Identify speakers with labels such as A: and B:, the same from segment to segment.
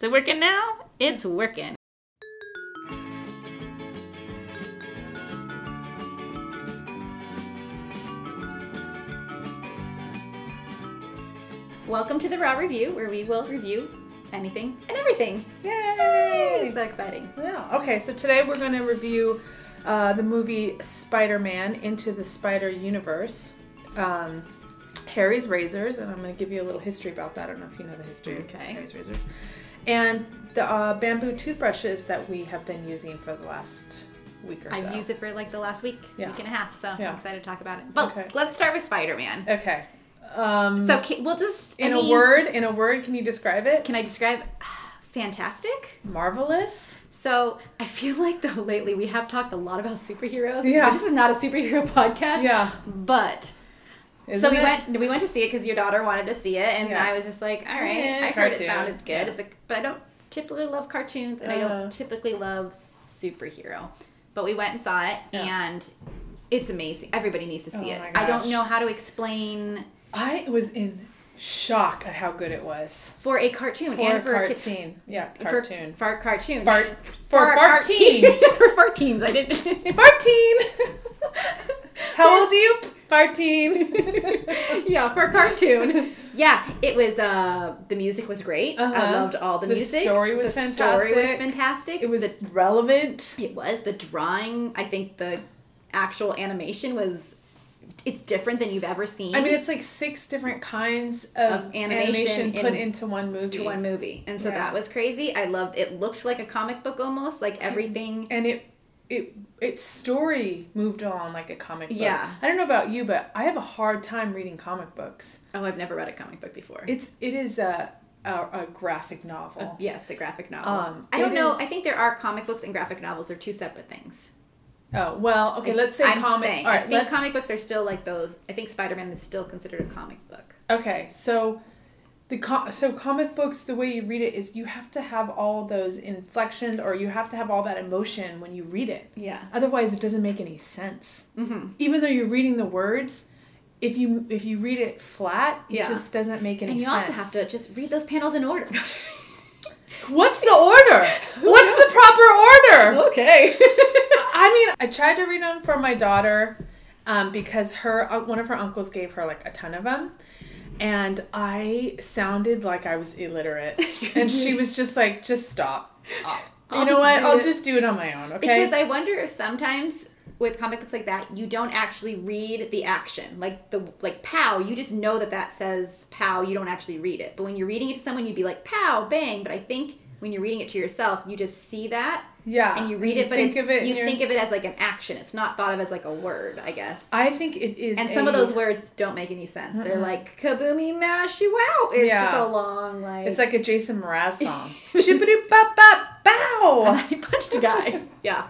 A: it working now? It's working. Welcome to the Raw Review, where we will review anything and everything. Yay!
B: Yay!
A: So exciting.
B: Yeah. Okay, so today we're going to review uh, the movie Spider Man Into the Spider Universe, um, Harry's Razors, and I'm going to give you a little history about that. I don't know if you know the history
A: Okay.
B: of Harry's Razors. And the uh, bamboo toothbrushes that we have been using for the last week or so.
A: I've used it for like the last week,
B: Yeah.
A: week and a half, so
B: Yeah.
A: I'm excited to talk about it. But
B: Okay.
A: let's start with Spider Man.
B: Okay. Um,
A: So can, we'll just. I
B: in
A: mean,
B: a word, in a word, can you describe it?
A: Can I describe fantastic?
B: Marvelous.
A: So I feel like though lately we have talked a lot about superheroes.
B: Yeah.
A: This is not a superhero podcast.
B: Yeah.
A: But so
B: Isn't
A: we
B: it?
A: went we went to see it because your daughter wanted to see it, and
B: Yeah.
A: I was just like, all right,
B: Yeah,
A: I heard
B: cartoon.
A: it sounded good.
B: Yeah.
A: It's like, but I don't typically love cartoons, and I
B: Uh.
A: don't typically love superhero. But we went and saw it,
B: Yeah.
A: and it's amazing. Everybody needs to see
B: Oh
A: it.
B: my
A: I don't
B: gosh.
A: know how to explain
B: I was in shock at how good it was.
A: for a cartoon
B: For a
A: and for a kid-
B: cartoon. Yeah, cartoon.
A: For, for a cartoon.
B: Fart- for
A: a
B: farteen.
A: cartoon. for farteens. I didn't.
B: Farteen. How old are you? Farteen.
A: yeah, for a cartoon. Yeah, it was. Uh, the music was great. I
B: Uh-huh.
A: loved all the,
B: The
A: music.
B: story was
A: the Story was
B: fantastic.
A: fantastic.
B: it was
A: The,
B: relevant.
A: it was the drawing. I think the actual animation was. It's different than you've ever seen.
B: I mean, it's like six different kinds of,
A: Of animation
B: animation, put
A: in-
B: into one movie.
A: to one movie, and so
B: Yeah.
A: that was crazy. I loved. It looked like a comic book almost, like
B: Mm-hmm.
A: everything.
B: and it it its story moved on like a comic book.
A: Yeah.
B: I don't know about you, but I have a hard time reading comic books.
A: Oh, I've never read a comic book before. Uh,
B: It's it is a a, a graphic novel.
A: Yes, a graphic novel.
B: Um,
A: I don't
B: it
A: know.
B: is-
A: I think there are comic books and graphic novels. They're two separate things.
B: Oh well, okay. Let's say
A: I'm
B: comic.
A: saying,
B: all right,
A: I think
B: let's-
A: comic books are still like those. I think Spider Man is still considered a comic book.
B: Okay, so the co- so comic books, the way you read it is you have to have all those inflections, or you have to have all that emotion when you read it.
A: Yeah.
B: Otherwise, it doesn't make any sense.
A: hmm
B: Even though you're reading the words, if you if you read it flat, it
A: Yeah.
B: just doesn't make any
A: And you
B: sense.
A: also have to just read those panels in order.
B: What's the order? What's the proper order?
A: okay.
B: I mean, I tried to read them for my daughter um, because her uh, one of her uncles gave her like a ton of them, and I sounded like I was illiterate, and she was just like, "Just stop." Uh,
A: I'll
B: you know
A: just
B: what?
A: read
B: I'll
A: it."
B: just do it on my own, okay?
A: because I wonder if sometimes with comic books like that, you don't actually read the action, like the like pow. You just know that that says pow. You don't actually read it. But when you're reading it to someone, you'd be like pow, bang. But I think when you're reading it to yourself, you just see that
B: yeah,
A: and you read it, but
B: think
A: it's-
B: of it.
A: you
B: and you're-
A: think of it as like an action. It's not thought of as like a word, I guess.
B: I think it is,
A: and some
B: a-
A: of those words don't make any sense. They're like kaboomy mash you out. It's
B: Yeah.
A: just a long like.
B: It's like a Jason Mraz song. Shibbity bop bop
A: and
B: bow.
A: I punched a guy. yeah.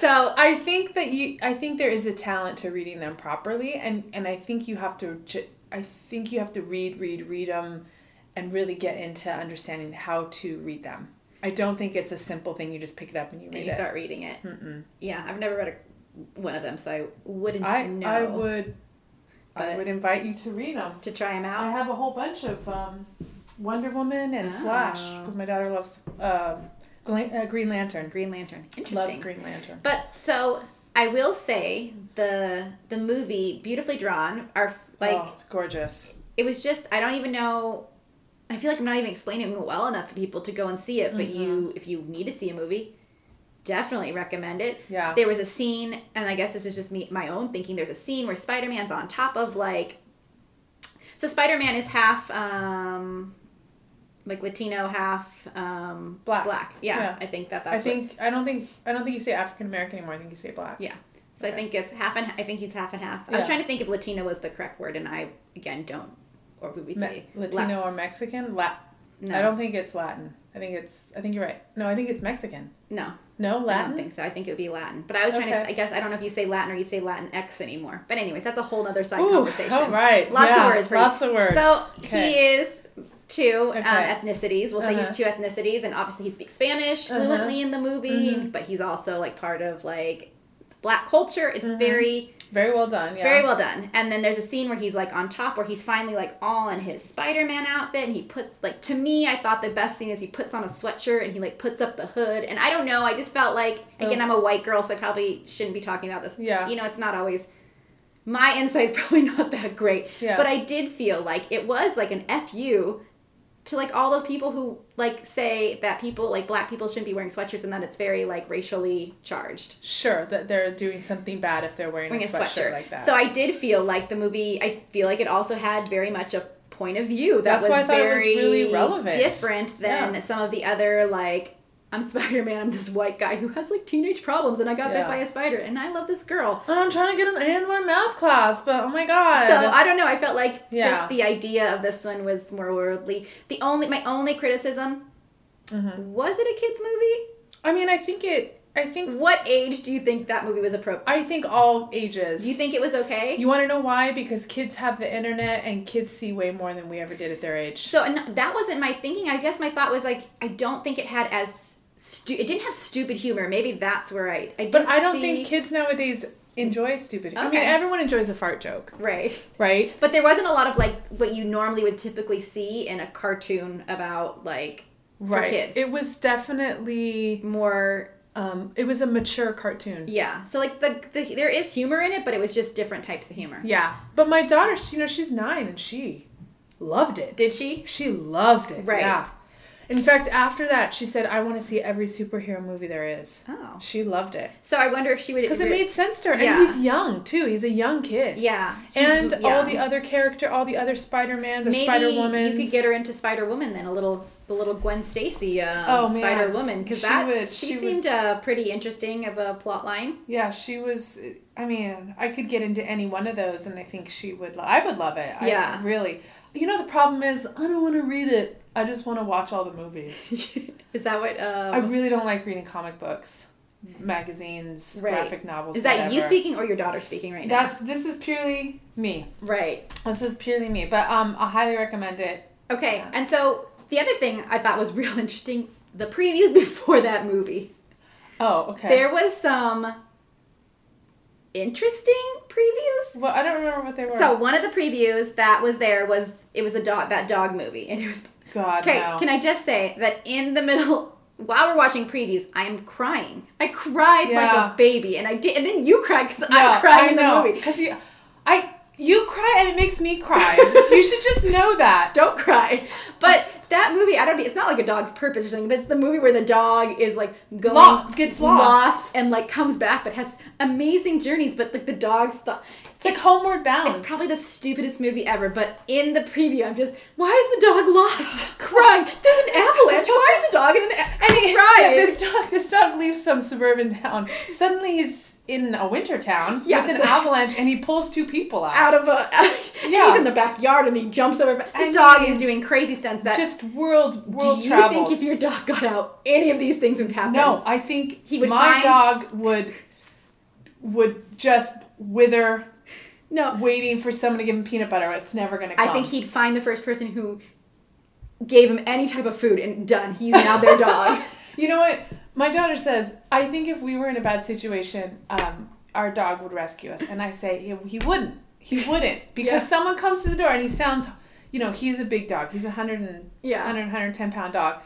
A: So
B: I think that you. I think there is a talent to reading them properly, and and I think you have to. ju- I think you have to read, read, read them, and really get into understanding how to read them. I don't think it's a simple thing. You just pick it up and you read
A: and you
B: it.
A: start reading it. Yeah, I've never read a, one of them, so I wouldn't
B: I
A: know
B: I would. I
A: But-
B: would invite you to read them.
A: to try them
B: I
A: out.
B: have a whole bunch of um, Wonder Woman and Flash
A: Oh.
B: because my daughter loves um Gla- uh, Green Lantern.
A: Green Lantern, interesting.
B: Loves Green Lantern.
A: But so I will say the the movie beautifully drawn are like
B: Oh, gorgeous.
A: it was just I don't even know. I feel like I'm not even explaining it well enough for people to go and see it. But
B: Mm-hmm.
A: you, if you need to see a movie, definitely recommend it.
B: Yeah.
A: There was a scene, and I guess this is just me my own thinking. There's a scene where Spider Man's on top of like. So Spider Man is half um, like Latino, half um,
B: Black.
A: Black, yeah,
B: Yeah.
A: I think that that's.
B: I
A: what-
B: think I don't think I don't think you say African American anymore. I think you say black.
A: yeah. So I
B: Okay.
A: think it's half and I think he's half and half. I was
B: Yeah.
A: trying to think if Latino was the correct word, and I again don't. Or would we
B: Me-
A: say
B: Latino or Mexican? La-
A: No,
B: I don't think it's Latin. I think it's. I think you're right. No, I think it's Mexican.
A: no.
B: No
A: I don't
B: Latin.
A: think so. I think it would be Latin. But I was trying to,
B: Okay.
A: I guess, I don't know if you say Latin or you say Latinx anymore. But, anyways, that's a whole other side
B: Ooh,
A: conversation.
B: all right.
A: Lots
B: Yeah,
A: of words for you.
B: Lots of words.
A: So,
B: Okay.
A: he is two um,
B: Okay.
A: ethnicities. We'll say
B: Uh-huh.
A: he's two ethnicities. And obviously, he speaks Spanish
B: Uh-huh. Mm-hmm. Mm-hmm.
A: fluently in the movie, but he's also like part of like black culture. It's very
B: Very well done. Yeah.
A: Very well done. And then there's a scene where he's like on top where he's finally like all in his Spider Man outfit and he puts like to me I thought the best scene is he puts on a sweatshirt and he like puts up the hood and I don't know, I just felt like again I'm a white girl so I probably shouldn't be talking about this.
B: Yeah.
A: You know, it's not always my insight's probably not that great.
B: Yeah.
A: But I did feel like it was like an FU to like all those people who like say that people like black people shouldn't be wearing sweatshirts and that it's very like racially charged.
B: Sure that they're doing something bad if they're wearing,
A: wearing
B: a, sweatshirt, like that.
A: So I did feel like the movie. I feel like it also had very much a point of view that
B: That's
A: was
B: why I thought it was
A: very
B: really relevant.
A: different than
B: Yeah.
A: some of the other like. I'm Spider Man. I'm this white guy who has like teenage problems, and I got
B: Yeah.
A: bit by a spider, and I love this girl.
B: I'm trying to get an hand in my mouth class, but oh my god.
A: So I don't know. I felt like
B: Yeah.
A: just the idea of this one was more worldly. The only my only criticism
B: Mm-hmm.
A: was it a kids movie?
B: I mean, I think it. I think.
A: What age do you think that movie was appropriate?
B: I think all ages.
A: Do you think it was okay?
B: You want to know why? Because kids have the internet and kids see way more than we ever did at their age.
A: So and that wasn't my thinking. I guess my thought was like, I don't think it had as stu- it didn't have stupid humor. Maybe that's where I I didn't
B: but I don't
A: see-
B: think kids nowadays enjoy stupid. I mean,
A: Okay.
B: everyone enjoys a fart joke,
A: right.
B: right?
A: But there wasn't a lot of like what you normally would typically see in a cartoon about like
B: Right.
A: kids.
B: It was definitely
A: more
B: um it was a mature cartoon.
A: yeah. So like the, the there is humor in it, but it was just different types of humor.
B: Yeah. But my daughter, she, you know, she's 9 and she loved it.
A: Did she?
B: She loved it.
A: Right.
B: Yeah. In fact, after that, she said, "I want to see every superhero movie there is."
A: Oh.
B: She loved it
A: So I wonder if she would
B: because it made sense to her.
A: Yeah.
B: And he's young too; he's a young kid.
A: yeah. She's-
B: And all
A: yeah.
B: the other character, all the other Spider Mans or
A: Maybe
B: Spider Woman.
A: you could get her into Spider Woman then a little the little Gwen Stacy um,
B: Oh, man.
A: Spider Woman because
B: She
A: that
B: would-
A: she,
B: she would-
A: seemed uh, pretty interesting of a plot line.
B: Yeah, she was. I mean, I could get into any one of those, and I think she would. Lo- I would love it. I-
A: Yeah.
B: really. You know, the problem is I don't want to read it. I just want to watch all the movies.
A: is that what?
B: I
A: Um,
B: really don't like reading comic books, magazines,
A: Right.
B: graphic novels.
A: is that you
B: whatever.
A: speaking or your daughter speaking right now?
B: That's this is purely me.
A: right.
B: This is purely me, but um, I highly recommend it.
A: Okay.
B: Yeah.
A: And so the other thing I thought was real interesting the previews before that movie.
B: Oh, okay.
A: There was some interesting previews.
B: well, I don't remember what they were.
A: So one of the previews that was there was it was a dog that dog movie and it was
B: God,
A: Okay,
B: no.
A: can I just say that in the middle, while we're watching previews, I am crying. I cried
B: Yeah.
A: like a baby, and I did, and then you cried because
B: Yeah,
A: I cried in the
B: know,
A: movie.
B: Cause you, I you cry and it makes me cry. you should just know that.
A: Don't cry. But that movie, I don't. It's not like a dog's purpose or something, but it's the movie where the dog is like going
B: Lost- gets lost.
A: and like comes back, but has amazing journeys. But like the dog's thought.
B: It's like Homeward Bound.
A: It's probably the stupidest movie ever, but in the preview, I'm just, why is the dog lost? Crying. There's an avalanche. Why is the dog in an
B: and
A: avalanche?
B: he,
A: Crying.
B: yeah, this dog this dog leaves some suburban town. Suddenly he's in a winter town
A: Yes.
B: with an avalanche and he pulls two people out.
A: out of a. and
B: Yeah.
A: he's in the backyard and he jumps over. His
B: I
A: dog
B: mean,
A: is doing crazy stunts. That
B: Just world
A: do
B: world
A: you
B: travel.
A: think if your dog got out, any of these things would happen?
B: no, I think
A: He would
B: my
A: find-
B: dog would would just wither
A: no.
B: waiting for someone to give him peanut butter. It's never gonna come.
A: I think he'd find the first person who gave him any type of food, and done. He's now their dog.
B: You know what? My daughter says, I think if we were in a bad situation, um, our dog would rescue us. And I say, he, he wouldn't. He wouldn't. Because
A: Yeah.
B: someone comes to the door and he sounds, you know, he's a big dog. He's a 100 and,
A: Yeah.
B: 100, 110 pound dog.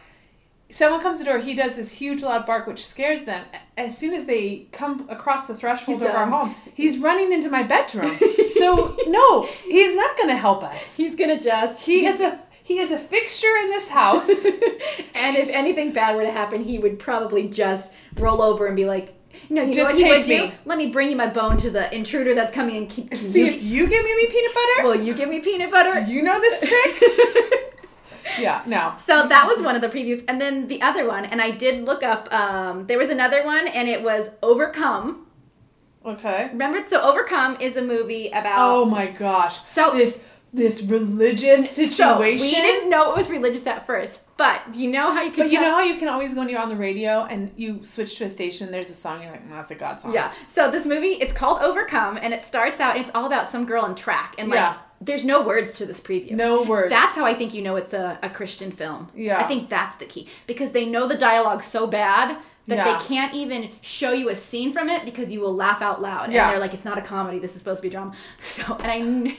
B: Someone comes to the door, he does this huge loud bark, which scares them. A- As soon as they come across the threshold
A: He's
B: of our
A: done.
B: home, he's running into my bedroom. so, no, he's not going to help us.
A: He's gonna just
B: He is a he is a fixture in this house.
A: and if anything bad were to happen, he would probably just roll over and be like, "No, you know
B: Just
A: what he would
B: take me.
A: do? Let me bring you my bone to the intruder that's coming and keep
B: See
A: you,
B: if you give me peanut butter.
A: Will you give me peanut butter?"
B: Do you know this trick? yeah, no.
A: So that was one of the previews, and then the other one, and I did look up. Um, there was another one, and it was Overcome.
B: Okay.
A: Remember, so Overcome is a movie about.
B: Oh my gosh.
A: So-
B: this this religious Oh, situation.
A: so we didn't know it was religious at first, but do you know how you could.
B: but you
A: tell-
B: know how you can always go when you're on the radio and you switch to a station. There's a song you're like, "Mm, that's a God song.
A: Yeah. So this movie, it's called Overcome, and it starts out. It's all about some girl in track, and like,
B: Yeah.
A: there's no words to this preview.
B: No words.
A: That's how I think you know it's a, a Christian film.
B: Yeah.
A: I think that's the key because they know the dialogue so bad that
B: Yeah.
A: they can't even show you a scene from it because you will laugh out loud.
B: Yeah.
A: And they're like, it's not a comedy. This is supposed to be a drama. So, and I, kn-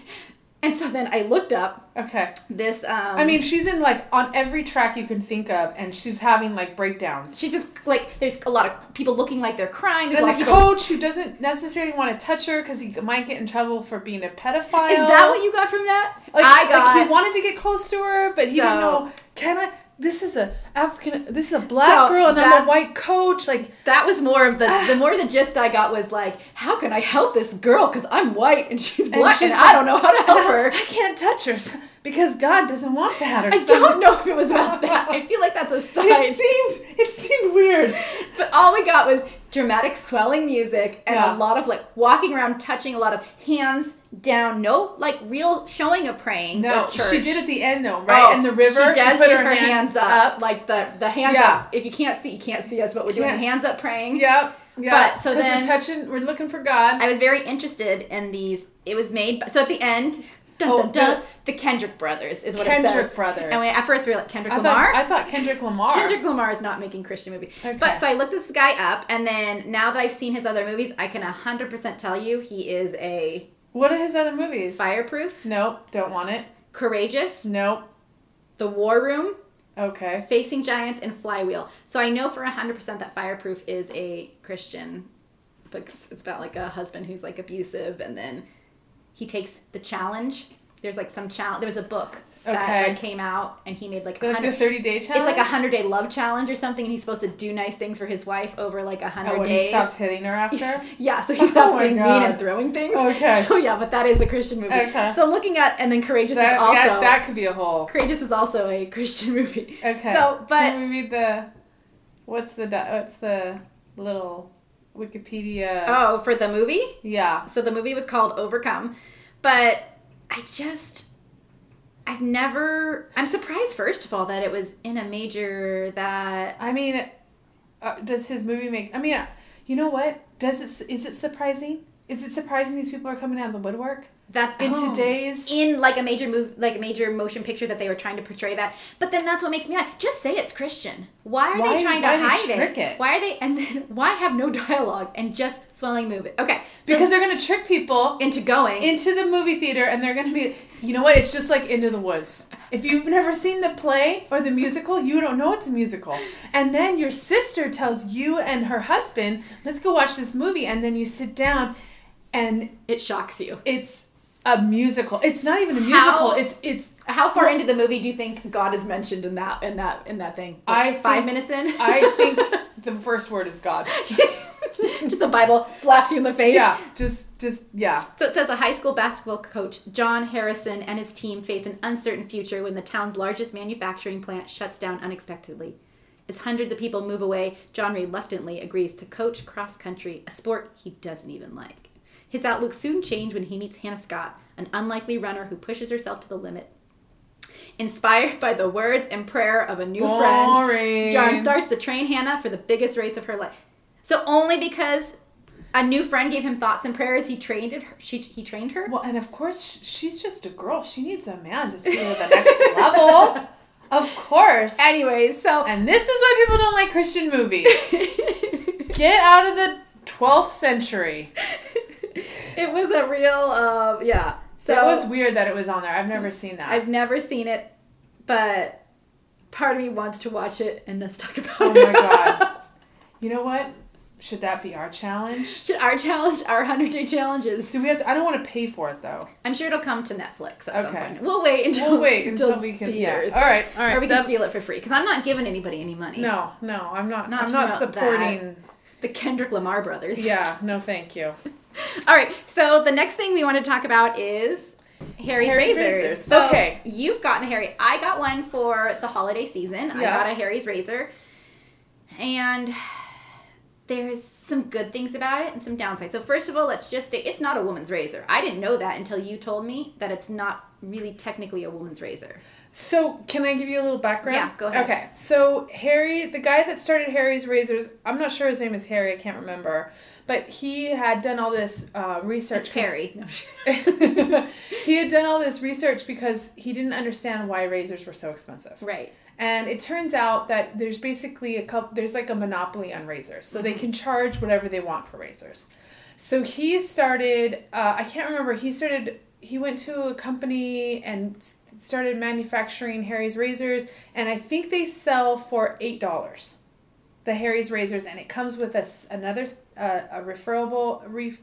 A: and so then I looked up
B: Okay.
A: this. Um,
B: I mean, she's in like on every track you can think of, and she's having like breakdowns.
A: she's just like, there's a lot of people looking like they're crying. There's a
B: and
A: lot
B: the
A: of people.
B: coach who doesn't necessarily want to touch her because he might get in trouble for being a pedophile.
A: is that what you got from that?
B: Like,
A: I got.
B: Like he wanted to get close to her, but he didn't
A: So-
B: know. Can I? This is a African. This is a black
A: So
B: girl, and I'm
A: that's-
B: a white coach. Like
A: that was more of the the more the gist I got was like, how can I help this girl? Because I'm white and she's black,
B: she's
A: and I don't know how to help her.
B: I can't touch her because God doesn't want that. Or
A: I don't know if it was about that. I feel like that's a
B: It
A: side.
B: seemed. It seemed weird.
A: But all we got was dramatic swelling music and
B: Yeah.
A: a lot of like walking around, touching a lot of hands down. No, like real showing of praying.
B: No,
A: or church. Oh,
B: she did Oh, at the end though, right? in the river,
A: She does
B: put
A: do her, hands, up, like the the hands
B: Yeah.
A: up. If you can't see, you can't see us, but we're
B: Can't-
A: doing hands up praying.
B: Yep. Yeah.
A: But, so
B: 'Cause
A: then-
B: we're touching, we're looking for God.
A: I was very interested in these. It was made by, so at the end, dun,
B: Oh,
A: dun, dun,
B: the-
A: the Kendrick brothers is what it
B: Kendrick
A: says.
B: Brothers.
A: And we, at first we were like Kendrick
B: I
A: Lamar.
B: thought I thought Kendrick Lamar.
A: Kendrick Lamar is not making Christian movie.
B: Okay.
A: But so I looked this guy up, and then now that I've seen his other movies, I can 100% tell you he is a
B: What are his other movies?
A: fireproof,
B: Nope. Don't want it.
A: courageous,
B: Nope.
A: the war room,
B: Okay.
A: facing giants, and flywheel. So I know for 100% that fireproof is a Christian book. It's about like a husband who's like abusive, and then he takes the challenge. There's like some challenge. There was a book that
B: Okay.
A: like, came out, and he made like
B: Like the
A: 100
B: thirty day challenge.
A: It's like a hundred day love challenge or something, and he's supposed to do nice things for his wife over like a hundred
B: Oh, when
A: days.
B: he stops hitting her after.
A: Yeah, so
B: Oh
A: he stops
B: my
A: being
B: God.
A: mean and throwing things.
B: Okay.
A: So yeah, but that is a Christian movie.
B: Okay.
A: So looking at and then courageous
B: that,
A: is also
B: that that could be a whole.
A: courageous is also a Christian movie.
B: Okay. Mm.
A: So but
B: can we read the? What's the di- what's the little Wikipedia?
A: oh, for the movie,
B: Yeah.
A: so the movie was called Overcome, but I just. I've never. I'm surprised, first of all, that it was in a major that.
B: I mean, uh, does his movie make? I mean, you know what? Does it? Is it surprising? Is it surprising these people are coming out of the woodwork
A: that
B: in
A: oh.
B: today's?
A: in like a major move like a major motion picture that they were trying to portray that but then that's what makes me mad just say it's christian why are
B: Why-
A: they trying to
B: why they
A: hide
B: trick
A: it?
B: it?
A: why are they and then why have no dialogue and just swelling move it okay so
B: because they're gonna trick people
A: into going
B: into the movie theater, and they're gonna be. You know what? It's just like Into the Woods. If you've never seen the play or the musical, you don't know it's a musical. And then your sister tells you and her husband, "Let's go watch this movie," and then you sit down, and
A: it shocks you
B: it's a musical. It's not even a musical.
A: How-
B: It's it's
A: how far into the movie do you think god is mentioned in that in that in that thing
B: I
A: Like, five
B: think-
A: minutes in
B: I think the first word is God.
A: just the bible slaps you in the face
B: Yeah, just, just, yeah.
A: So it says a high school basketball coach, John Harrison, and his team face an uncertain future when the town's largest manufacturing plant shuts down unexpectedly. As hundreds of people move away, John reluctantly agrees to coach cross country, a sport he doesn't even like. His outlook soon changes when he meets Hannah Scott, an unlikely runner who pushes herself to the limit. Inspired by the words and prayer of a new friend,
B: Boring.
A: John starts to train Hannah for the biggest race of her life. So only because a new friend gave him thoughts and prayers, he trained it- her. She he trained her.
B: Well, and of course, sh- she's just a girl. She needs a man to take her to the next level. Of course.
A: Anyways, so
B: And this is why people don't like Christian movies. Get out of the 12th century.
A: it was a real um, yeah. So Mm,
B: that was weird that it was on there. I've never seen that.
A: I've never seen it, but part of me wants to watch it and let's talk about
B: oh
A: it.
B: my god. You know what? Should that be our challenge?
A: Should our challenge, our hundred day challenges?
B: Do we have to? I don't want to pay for it though.
A: I'm sure it'll come to Netflix at some
B: Okay.
A: point. We'll wait until
B: We'll wait until we can.
A: theaters.
B: Yeah. All right. All right.
A: or we can
B: That's-
A: steal it for free because I'm not giving anybody any money.
B: No, no, I'm not.
A: Not
B: I'm
A: to
B: not
A: promote
B: supporting.
A: the Kendrick Lamar brothers.
B: Yeah, no, thank you.
A: All right. So the next thing we want to talk about is Harry's,
B: Harry's
A: razors.
B: razors.
A: So
B: Okay.
A: You've gotten a Harry. I got one for the holiday season. I
B: Yeah.
A: got a Harry's razor, and there's some good things about it and some downsides. So first of all, let's just state it's not a woman's razor. I didn't know that until you told me that it's not really technically a woman's razor.
B: So, can I give you a little background?
A: Yeah, go ahead.
B: Okay, so Harry, the guy that started Harry's Razors, I'm not sure his name is Harry. I can't remember, but he had done all this uh, research.
A: It's Perry. No,
B: he had done all this research because he didn't understand why razors were so expensive.
A: right.
B: And it turns out that there's basically a couple, there's like a monopoly on razors. So they
A: Mm-hmm.
B: can charge whatever they want for razors. So he started, uh, I can't remember, he started, he went to a company and s- started manufacturing Harry's razors. And I think they sell for $8 the Harry's razors, and it comes with a, s- another uh, a referable ref,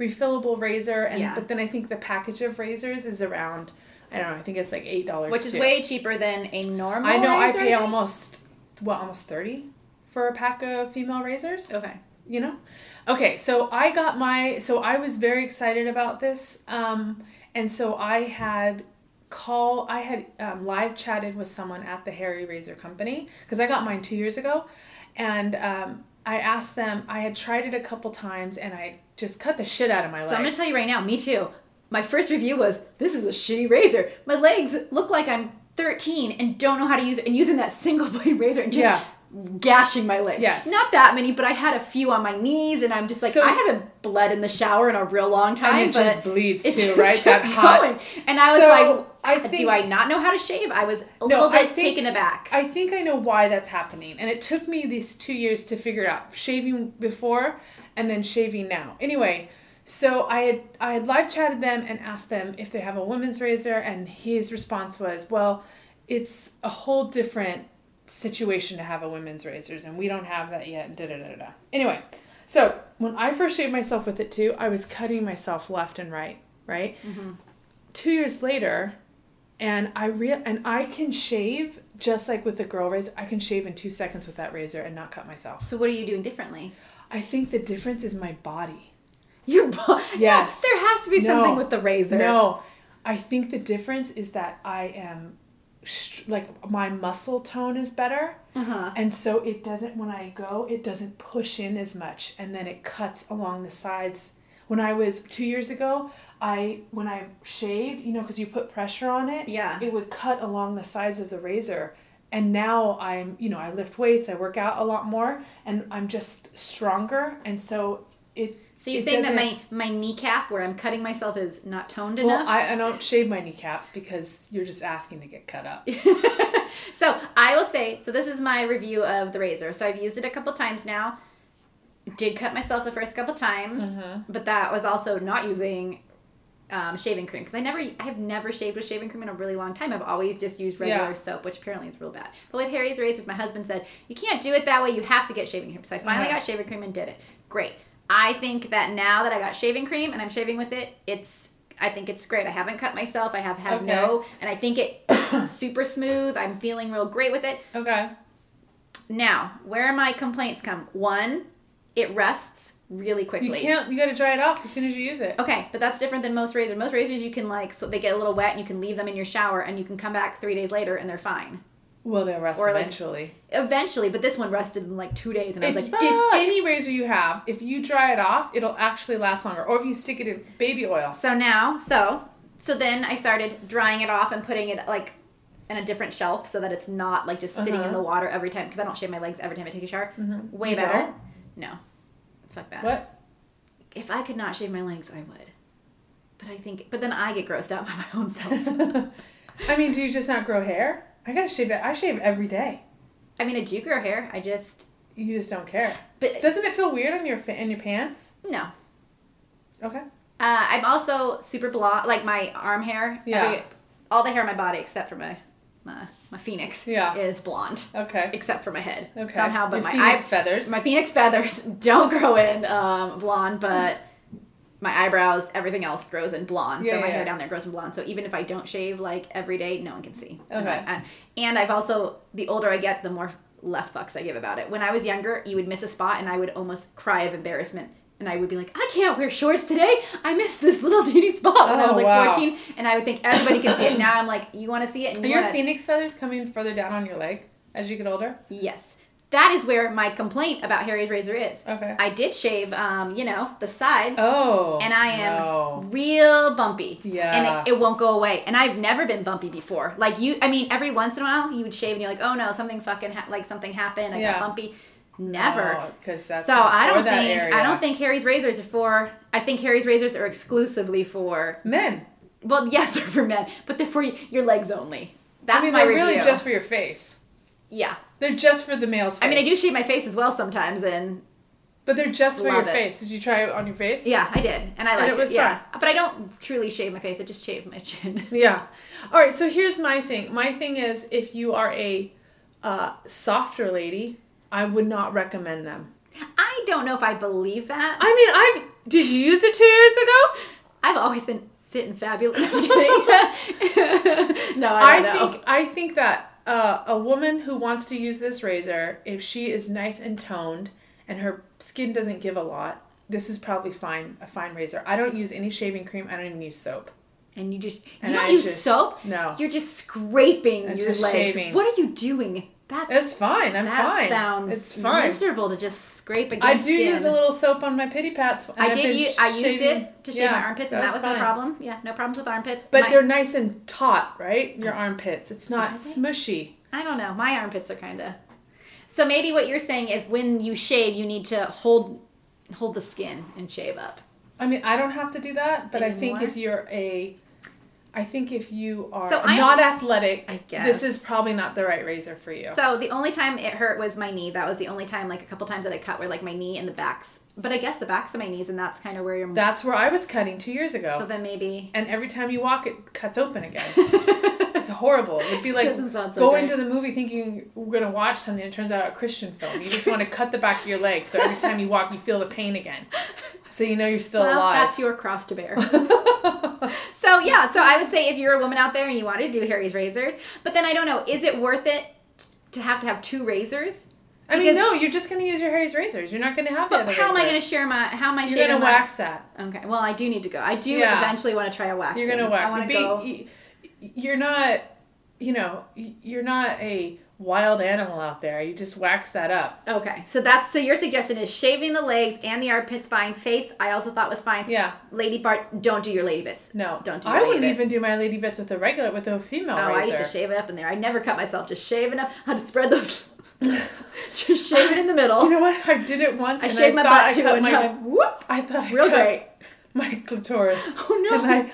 B: refillable razor, and
A: Yeah.
B: but then I think the package of razors is around I don't know I think it's like eight dollars,
A: which is way cheaper than a normal.
B: I know I
A: razor,
B: pay
A: think.
B: almost what almost thirty for a pack of female razors
A: Okay.
B: you know okay so i got my so i was very excited about this um and so i had call i had um, live chatted with someone at the harry razor company because i got mine two years ago and um i asked them i had tried it a couple times and i just cut the shit out of my
A: So
B: legs
A: I'm gonna tell you right now, me too. My first review was, "This is a shitty razor. My legs look like I'm 13 and don't know how to use it, and using that single blade razor and just
B: Yeah.
A: gashing my legs.
B: Yes.
A: not that many, but I had a few on my knees, and I'm just like,
B: So-
A: I haven't bled in the shower in a real long time.
B: and it
A: but
B: just bleeds
A: it
B: too
A: just
B: right that
A: kept
B: hot
A: going. And I was
B: So,
A: like,
B: I
A: do
B: think-
A: I not know how to shave? I was a little
B: I
A: bit
B: think-
A: taken aback.
B: I think I know why that's happening, and it took me these two years to figure it out. Shaving before and then shaving now. Anyway, so I had I had live chatted them and asked them if they have a women's razor, and his response was, "Well, it's a whole different situation to have a women's razors, and we don't have that yet." Da da da da. da. Anyway, so when I first shaved myself with it too, I was cutting myself left and right, right.
A: Mm-hmm.
B: Two years later, and I real and I can shave just like with the girl razor. I can shave in two seconds with that razor and not cut myself.
A: so what are you doing differently?
B: I think the difference is my body.
A: You bo-
B: Yes.
A: there has to be something
B: No.
A: with the razor.
B: No, I think the difference is that I am str- like my muscle tone is better,
A: Uh-huh.
B: and so it doesn't when I go it doesn't push in as much, and then it cuts along the sides. When I was two years ago, I when I shaved, you know, because you put pressure on it,
A: Yeah.
B: it would cut along the sides of the razor. And now I'm, you know, I lift weights, I work out a lot more, and I'm just stronger. And so it.
A: So you're
B: it
A: saying that
B: doesn't-
A: my my kneecap where I'm cutting myself is not toned
B: Well,
A: enough?
B: I, I don't shave my kneecaps because you're just asking to get cut up.
A: so I will say, so this is my review of the razor. So I've used it a couple times now. Did cut myself the first couple times, but that was also not using um, shaving cream because I never, I have never shaved with shaving cream in a really long time. I've always just used regular
B: Yeah.
A: soap, which apparently is real bad. But with Harry's razors, my husband said you can't do it that way. You have to get shaving cream. So I finally
B: Uh-huh.
A: got shaving cream and did it. Great. I think that now that I got shaving cream and I'm shaving with it, it's. I think it's great. I haven't cut myself. I have had
B: Okay.
A: no, and I think it super smooth. I'm feeling real great with it.
B: Okay.
A: Now, where my complaints come. One, it rusts really quickly.
B: You can't, you gotta dry it off as soon as you use it.
A: Okay, but that's different than most razors. Most razors you can like so they get a little wet and you can leave them in your shower and you can come back 3 days later and they're fine.
B: Well, they'll rust
A: Or, like,
B: eventually.
A: Eventually, but this one rusted in like 2 days and I
B: If,
A: was like,
B: if
A: "Fuck."
B: any razor you have, if you dry it off, it'll actually last longer. Or if you stick it in baby oil.
A: So now, so so then I started drying it off and putting it like in a different shelf so that it's not like just sitting in
B: Uh-huh.
A: the water every time because I don't shave my legs every time I take a shower. Way
B: You
A: better.
B: don't?
A: No. Fuck that.
B: What?
A: if I could not shave my legs, I would. But I think, but then I get grossed out by my own self.
B: I mean, do you just not grow hair? I gotta shave it. I shave every day.
A: I mean, I do grow hair. I just,
B: You just don't care.
A: but
B: Doesn't it feel weird on your fa- in your pants?
A: no.
B: Okay.
A: Uh, I'm also super blonde, like my arm hair.
B: Yeah.
A: all the hair on my body except for my my, my phoenix.
B: Yeah.
A: Is blonde
B: Okay.
A: except for my head.
B: Okay.
A: Somehow, but
B: Your
A: my
B: phoenix
A: eyes,
B: feathers.
A: my phoenix feathers don't grow in um, blonde, but. My eyebrows, everything else grows in blonde. so
B: Yeah,
A: my
B: yeah.
A: hair down there grows in blonde. So even if I don't shave like every day, no one can see. And
B: Okay.
A: I- and I've also the older I get, the more less fucks I give about it. When I was younger, you would miss a spot and I would almost cry of embarrassment. And I would be like, I can't wear shorts today. I missed this little teeny spot when I was
B: Oh,
A: like
B: wow.
A: 14. And I would think everybody can see it. Now I'm like, you want to see it? And
B: Are
A: you
B: your
A: wanna-
B: phoenix feathers coming further down on your leg as you get older?
A: Yes. That is where my complaint about Harry's razor is.
B: Okay.
A: I did shave, um, you know, the sides.
B: oh.
A: And I am
B: no.
A: real bumpy.
B: Yeah.
A: And it, it won't go away. And I've never been bumpy before. Like you, I mean, every once in a while you would shave and you're like, oh no, something fucking ha- like something happened. I
B: Yeah.
A: got bumpy. Never.
B: Oh, 'cause that's
A: so
B: not
A: I
B: for
A: don't
B: that
A: think
B: area.
A: I don't think Harry's razors are for. I think Harry's razors are exclusively for.
B: men.
A: Well, yes, they're for men, but they're for your legs only. That's
B: I mean,
A: my
B: they're
A: review.
B: really just for your face.
A: yeah.
B: They're just for the male's face.
A: I mean, I do shave my face as well sometimes, and
B: But they're just for
A: Love
B: your
A: it.
B: face. Did you try it on your face?
A: yeah, I did, and I liked
B: it was
A: Yeah, but I don't truly shave my face. I just shave my chin.
B: Yeah. All right. So here's my thing. My thing is, if you are a uh, softer lady, I would not recommend them.
A: I don't know if I believe that.
B: I mean, I did you use it two years ago?
A: I've always been fit and fabulous. I'm just kidding. no, I
B: I
A: don't know.
B: think I think that uh, a woman who wants to use this razor, if she is nice and toned and her skin doesn't give a lot, this is probably fine. A fine razor. I don't use any shaving cream. I don't even use soap.
A: and you just you
B: And
A: don't
B: I
A: use
B: just-
A: soap.
B: no.
A: you're just scraping
B: I'm
A: your
B: just
A: legs.
B: shaving.
A: What are you doing? That's
B: It's fine. I'm
A: that
B: fine.
A: sounds
B: it's fine.
A: miserable to just scrape against.
B: I do
A: skin.
B: use a little soap on my pity pats. and
A: I
B: I've
A: did.
B: been
A: Use, I used
B: shaving-
A: it to shave
B: Yeah,
A: my armpits, and that was no
B: fine.
A: problem. Yeah, no problems with armpits.
B: But
A: My-
B: they're nice and taut, right? Your armpits. It's not
A: Are they?
B: smushy.
A: I don't know. My armpits are kind of. So maybe what you're saying is when you shave, you need to hold hold the skin and shave up.
B: I mean, I don't have to do that, but I think
A: Anymore?
B: if you're a, I think if you are
A: So I-
B: not athletic,
A: I guess.
B: this is probably not the right razor for you.
A: So the only time it hurt was my knee. That was the only time, like a couple times that I cut, were like my knee and the backs. But I guess the backs of my knees, and that's kind of where you're.
B: That's where I was cutting two years ago,
A: so then maybe.
B: and every time you walk, it cuts open again. it's horrible. It'd be like
A: Doesn't sound so
B: going
A: great.
B: to the movie thinking we're gonna watch something. and It turns out a Christian film. You just want to cut the back of your leg, so every time you walk, you feel the pain again, so you know you're still
A: well,
B: alive.
A: that's your cross to bear. so yeah, so I would say if you're a woman out there and you wanted to do Harry's razors, but then I don't know, is it worth it to have to have two razors?
B: I mean,
A: Because-
B: no, you're just gonna use your Harry's razors. You're not gonna have the
A: But
B: other
A: how am I
B: razor.
A: going to share my? How am I
B: You're
A: shaving
B: gonna
A: my-
B: wax that.
A: Okay, well I do need to go. I do
B: Yeah.
A: eventually want to try a wax.
B: You're gonna wax.
A: I want to
B: Be- e-
A: go.
B: y- You're not, you know, y- you're not a wild animal out there. You just wax that up.
A: Okay, so that's so your suggestion is shaving the legs and the armpits fine. Face I also thought was fine.
B: Yeah.
A: Lady part, don't do your lady bits.
B: No,
A: Don't do
B: I
A: lady
B: wouldn't
A: bits.
B: even do my lady bits with a regular with a female
A: Oh, I
B: razor.
A: used to shave it up in there. I never cut myself. Just shaving up. How to spread those. just shave it in the middle.
B: You know what? I did it once.
A: Oh. I
B: and
A: shaved my
B: thought
A: butt
B: I
A: too
B: cut
A: one
B: my,
A: time. Whoop!
B: I thought I
A: Real
B: cut
A: great.
B: my clitoris.
A: Oh no!
B: And I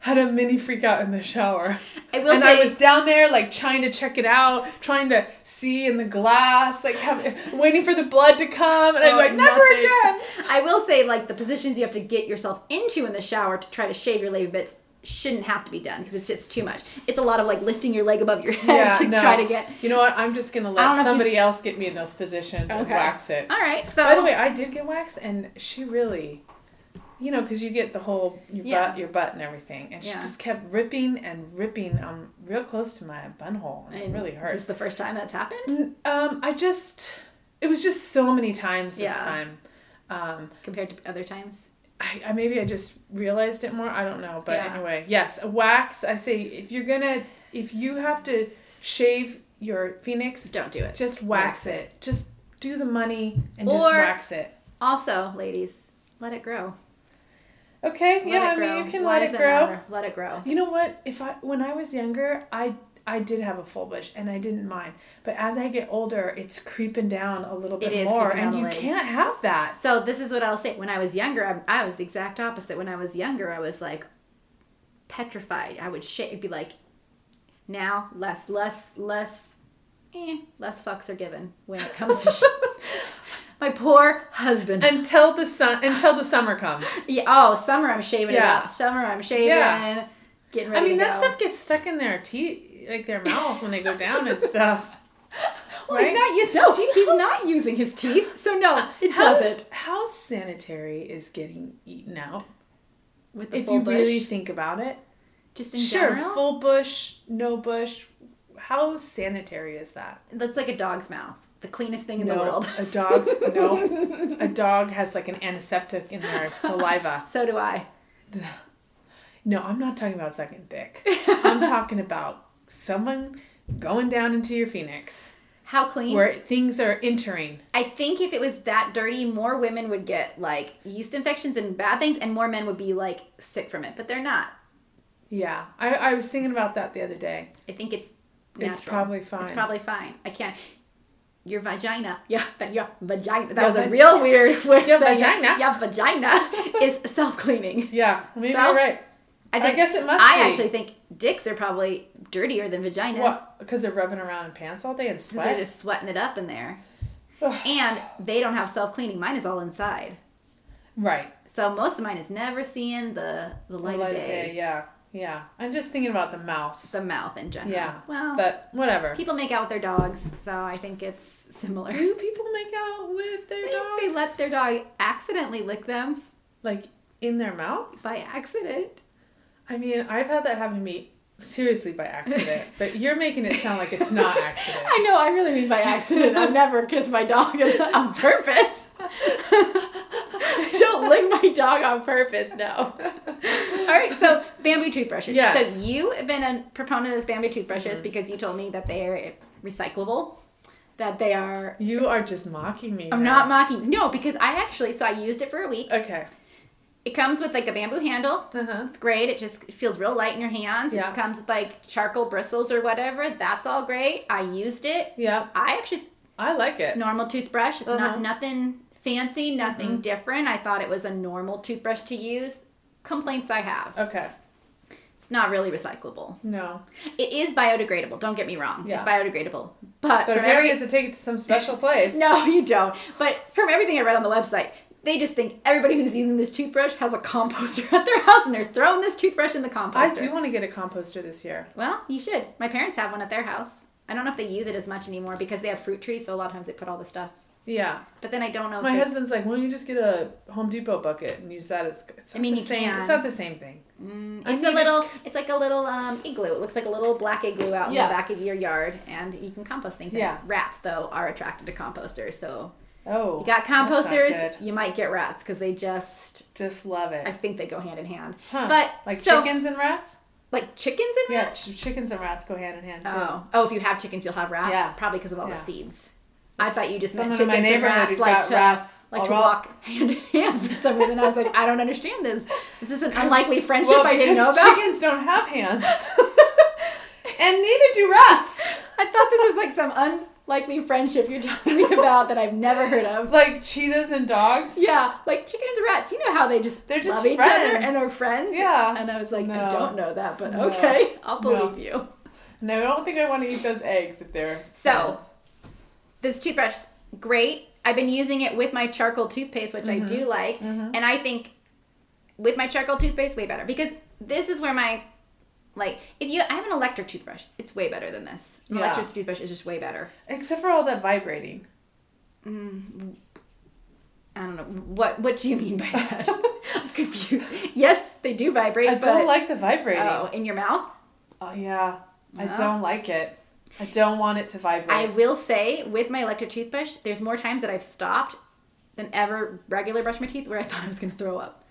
B: had a mini freak out in the shower.
A: I will
B: and
A: say,
B: I was down there, like trying to check it out, trying to see in the glass, like have, waiting for the blood to come, and I was
A: Oh,
B: like, never
A: nothing.
B: again.
A: I will say, like the positions you have to get yourself into in the shower to try to shave your lady bits shouldn't have to be done because it's just too much. It's a lot of like lifting your leg above your head to try to get.
B: You know what? I'm just gonna
A: I don't know
B: let
A: if you-
B: somebody else get me in those positions and
A: Okay.
B: wax it.
A: All right. So
B: By the way, I did get waxed, and she really, you know, because you get the whole your
A: Yeah.
B: butt, your butt, and everything, and she
A: Yeah.
B: just kept ripping and ripping, um, real close to my bun hole, and it
A: And
B: really hurt.
A: This is the first time that's happened
B: N- Um, I just, it was just so many times this
A: Yeah.
B: time. Um,
A: compared to other times.
B: I, I maybe I just realized it more. I don't know, but
A: Yeah.
B: anyway, yes, wax. I say if you're gonna, if you have to shave your phoenix,
A: Don't do it.
B: just wax
A: Wax
B: it. Just do the money and just
A: Or-
B: wax it.
A: Also, ladies, let it grow.
B: Okay,
A: Let
B: yeah,
A: it
B: I mean
A: grow.
B: you can
A: Why
B: let
A: does
B: it grow.
A: matter? Let it grow.
B: You know what? If I when I was younger, I I did have a full bush and I didn't mind. But as I get older, it's creeping down a little bit
A: It is
B: more,
A: creeping down
B: and
A: the
B: you
A: legs.
B: can't have that.
A: So this is what I'll say. When I was younger, I, I was the exact opposite. When I was younger, I was like petrified. I would shit. It'd be like now less, less, less, eh, less fucks are given when it comes to. sh- My poor husband.
B: Until the sun until the summer comes.
A: yeah, oh, summer I'm shaving
B: Yeah.
A: it up. Summer I'm shaving.
B: Yeah.
A: Getting
B: I
A: ready.
B: mean
A: to
B: that
A: go.
B: stuff gets stuck in their teeth, like their mouth when they go down and stuff.
A: Well,
B: right?
A: he's not. u- No,
B: Do oh, you
A: he's
B: know
A: not using his teeth. So no, it
B: How-
A: doesn't.
B: How sanitary is getting eaten out?
A: With
B: If you really think about it,
A: just in
B: sure,
A: general,
B: full bush, no bush. How sanitary is that?
A: that's like a dog's mouth, the cleanest thing in
B: no,
A: the world.
B: a dog's no. A dog has like an antiseptic in their saliva.
A: So do I.
B: No, I'm not talking about sucking dick. I'm talking about someone going down into your phoenix
A: How clean?
B: where things are entering.
A: I think if it was that dirty, more women would get like yeast infections and bad things, and more men would be like sick from it. But they're not.
B: Yeah, I, I was thinking about that the other day.
A: I think it's natural.
B: It's probably fine.
A: It's probably fine. I can't. Your vagina, yeah, that your vagina. That
B: Your
A: was a
B: vag-
A: real weird way. of
B: Your
A: saying it.
B: vagina.
A: Your vagina is self cleaning.
B: yeah, maybe
A: So?
B: you're right. I guess it must
A: I
B: be.
A: actually think dicks are probably dirtier than vaginas.
B: What? Because they're rubbing around in pants all day and
A: Because they're
B: sweat.
A: just sweating it up in there.
B: Ugh.
A: and they don't have self cleaning. Mine is all inside.
B: right.
A: So most of mine is never seeing the, the,
B: The
A: light, of day,
B: Yeah. Yeah. I'm just thinking about the mouth.
A: the mouth in general.
B: Yeah.
A: Well,
B: But whatever.
A: people make out with their dogs, so I think it's similar.
B: Do people make out with their
A: They,
B: dogs?
A: they let their dog accidentally lick them
B: like in their mouth.
A: by accident.
B: I mean, I've had that happen to me seriously by accident. but you're making it sound like it's not accident.
A: I know, I really mean by accident. I've never kissed my dog on purpose. I don't lick my dog on purpose, no. All right, so Bambi toothbrushes.
B: Yes. Mm-hmm.
A: So you have been a proponent of Bambi toothbrushes because you told me that they are recyclable, that they are.
B: You are just mocking me.
A: I'm
B: now.
A: not mocking. No, because I actually, so I used it for a week.
B: Okay.
A: It comes with like a bamboo handle.
B: Uh huh.
A: It's great. It just feels real light in your hands.
B: Yeah.
A: It comes with like charcoal bristles or whatever. That's all great. I used it.
B: Yeah,
A: I actually
B: I like it.
A: normal toothbrush. It's
B: Uh-huh. Mm-hmm.
A: not nothing fancy, nothing different. I thought it was a normal toothbrush to use. Complaints I have.
B: Okay.
A: It's not really recyclable.
B: No.
A: It is biodegradable. Don't get me wrong.
B: Yeah.
A: It's biodegradable. But,
B: But
A: from
B: apparently
A: every
B: you have to take it to some special place.
A: no, you don't. But from everything I read on the website, they just think everybody who's using this toothbrush has a composter at their house and they're throwing this toothbrush in the composter.
B: I do want to get a composter this year.
A: Well, you should. My parents have one at their house. I don't know if they use it as much anymore because they have fruit trees, so a lot of times they put all the stuff.
B: Yeah.
A: But then I don't know. If
B: My
A: they-
B: husband's like, why don't you just get a Home Depot bucket and use that as it's
A: I
B: not
A: mean,
B: the
A: you
B: same
A: can.
B: it's not the same thing.
A: Mm,
B: I
A: it's
B: need
A: a little. It's like a little um, igloo. It looks like a little black igloo out in
B: Yeah.
A: the back of your yard, and you can compost things. in it.
B: Yeah.
A: Rats though are attracted to composters, so
B: Oh.
A: you got
B: not
A: composters,
B: good.
A: you might get rats because they just.
B: Just love it.
A: I think they go hand in hand.
B: Huh.
A: But
B: like
A: so,
B: chickens and rats?
A: like chickens and
B: Yeah,
A: rats.
B: ch- chickens and rats go hand in hand too.
A: Oh, oh! If you have chickens, you'll have rats.
B: Yeah.
A: Probably because of all
B: Yeah.
A: the seeds. I thought you just meant
B: Someone in
A: chickens
B: my
A: and
B: neighborhood
A: rats,
B: who's
A: like
B: got
A: to
B: rats
A: like to
B: around-
A: walk hand in hand for some reason. I was like, I don't understand this. This is an unlikely friendship
B: Well,
A: I didn't
B: because
A: know about.
B: chickens don't have hands. and neither do rats.
A: I thought this was like some unlikely friendship you're telling me about that I've never heard of.
B: Like cheetahs and dogs.
A: Yeah, like chickens and rats. You know how they just
B: They're just
A: love each
B: friends.
A: other and are friends.
B: Yeah.
A: And I was like,
B: No.
A: I don't know that, but
B: No.
A: okay, I'll
B: No.
A: believe you.
B: No, I don't think I want to eat those eggs if they're
A: So-
B: friends.
A: This toothbrush, great. I've been using it with my charcoal toothpaste, which I
B: Mm-hmm.
A: do like, and I think with my charcoal toothpaste, way better because this is where my like if you I have an electric toothbrush, it's way better than this. An
B: Yeah.
A: Electric toothbrush is just way better.
B: except for all that vibrating.
A: I don't know what what do you mean by that? I'm confused. Yes, they do vibrate.
B: I
A: but,
B: don't like the vibrating.
A: Oh,
B: Oh,
A: in your mouth.
B: yeah, I
A: No.
B: don't like it. I don't want it to
A: I
B: vibrate.
A: will say with my electric toothbrush, there's more times that I've stopped than ever regular brush my teeth where I thought I was gonna throw up.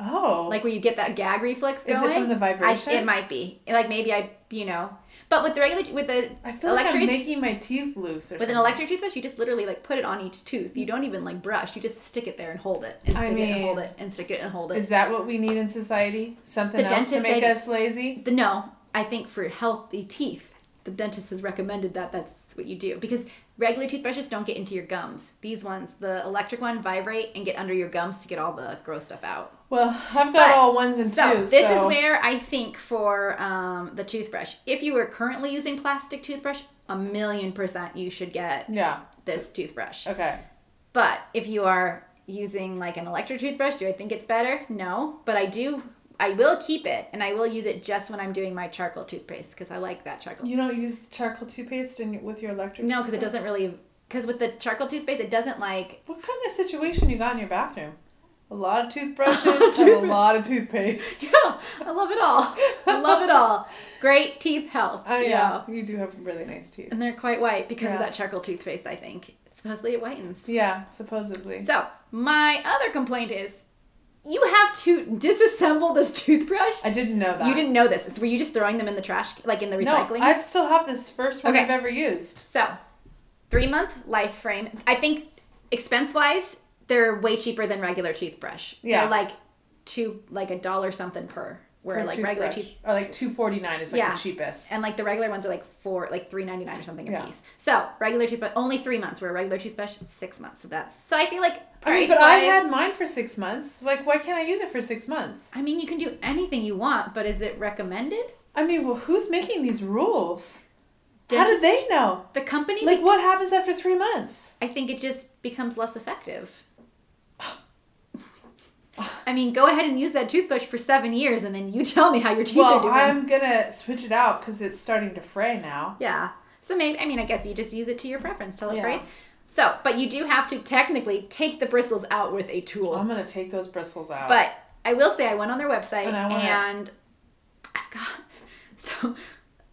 B: oh,
A: Like where you get that gag reflex
B: Is it
A: going.
B: from the vibration?
A: I, it might be. Like maybe I, you know, but with the regular with the
B: I feel
A: electric.
B: like I'm making my teeth loose or
A: with
B: something.
A: an electric toothbrush, you just literally like put it on each tooth. You don't even like brush. You just stick it there and hold it, and
B: I
A: stick it
B: mean,
A: and hold it, and stick it and hold it.
B: Is that what we need in society? Something
A: The
B: else to
A: dentist
B: make
A: said-
B: us lazy?
A: The no, I think for healthy teeth, the dentist has recommended that that's what you do because regular toothbrushes don't get into your gums. These ones, the electric one, vibrate and get under your gums to get all the gross stuff out.
B: Well, I've
A: But-
B: got all ones and
A: So
B: twos.
A: this is
B: so-
A: where I think for um, the toothbrush, if you are currently using plastic toothbrush, a million percent you should get
B: Yeah.
A: this toothbrush.
B: Okay.
A: But if you are using like an electric toothbrush, do I think it's better? No, but I do. I will keep it and I will use it just when I'm doing my charcoal toothpaste because I like that charcoal.
B: You don't use charcoal toothpaste in, with your electric?
A: No, because it doesn't really. Because with the charcoal toothpaste, it doesn't like.
B: What kind of situation you got in your bathroom? A lot of toothbrushes and a lot of toothpaste.
A: I love it all. I love it all. Great teeth health.
B: Oh
A: you
B: yeah,
A: know.
B: you do have really nice teeth.
A: And they're quite white because
B: Yeah.
A: of that charcoal toothpaste. I think supposedly it whitens.
B: Yeah, supposedly.
A: So my other complaint is, you have to disassemble this toothbrush.
B: I didn't know that.
A: You didn't know this. It's, were you just throwing them in the trash, like in the recycling?
B: No, I still have this first one
A: Okay.
B: I've ever used.
A: so, three month life frame. I think expense wise, they're way cheaper than regular toothbrush.
B: Yeah.
A: They're like two, like a dollar something per. Where
B: For
A: like regular
B: toothbrush.
A: tooth
B: or like two forty nine is like
A: Yeah.
B: the cheapest.
A: and like the regular ones are like four, like three ninety nine or something a
B: Yeah.
A: piece. So regular toothbrush only three months. Where a regular toothbrush it's six months. So that's so I feel like
B: I mean,
A: price
B: but I had
A: wise.
B: mine for six months. Like, why can't I use it for six months?
A: I mean, you can do anything you want, but is it recommended?
B: I mean, well, who's making these rules? How do
A: Dentist-
B: they know?
A: The company,
B: Like, what happens after three months?
A: I think it just becomes less effective. I mean, go ahead and use that toothbrush for seven years, and then you tell me how your teeth are
B: Well,
A: doing.
B: I'm gonna switch it out because it's starting to fray now.
A: Yeah. So maybe I mean I guess you just use it to your preference, tell it
B: Yeah.
A: phrase. So, but you do have to technically take the bristles out with a tool.
B: I'm gonna take those bristles out.
A: but I will say I went on their website and,
B: And I wanna-
A: I've got so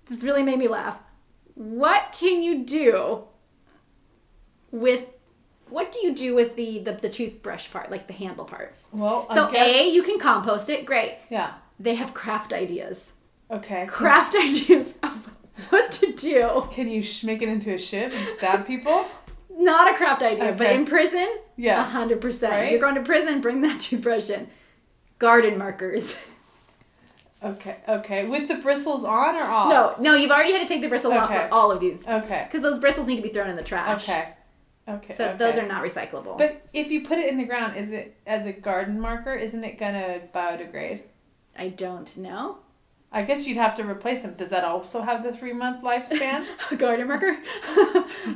A: this really made me laugh. What can you do with what do you do with the the, the toothbrush part, like the handle part?
B: well, I
A: So A,
B: guess-
A: you can compost it, great.
B: yeah.
A: They have craft ideas.
B: Okay.
A: Craft ideas of what to do.
B: Can you sh- make it into a ship and stab people?
A: Not a craft idea, but
B: Okay.
A: in prison,
B: Yes.
A: a hundred percent.
B: Right?
A: You're going to prison. Bring that toothbrush in. Garden markers.
B: Okay. Okay. With the bristles on or off?
A: No, no, you've already had to take the bristles off
B: Okay.
A: for all of these
B: Okay.
A: because those bristles need to be thrown in the trash.
B: Okay. Okay.
A: So
B: okay.
A: those are not recyclable.
B: But if you put it in the ground, is it as a garden marker? Isn't it gonna biodegrade?
A: I don't know.
B: I guess you'd have to replace them. Does that also have the three month lifespan?
A: A garden marker?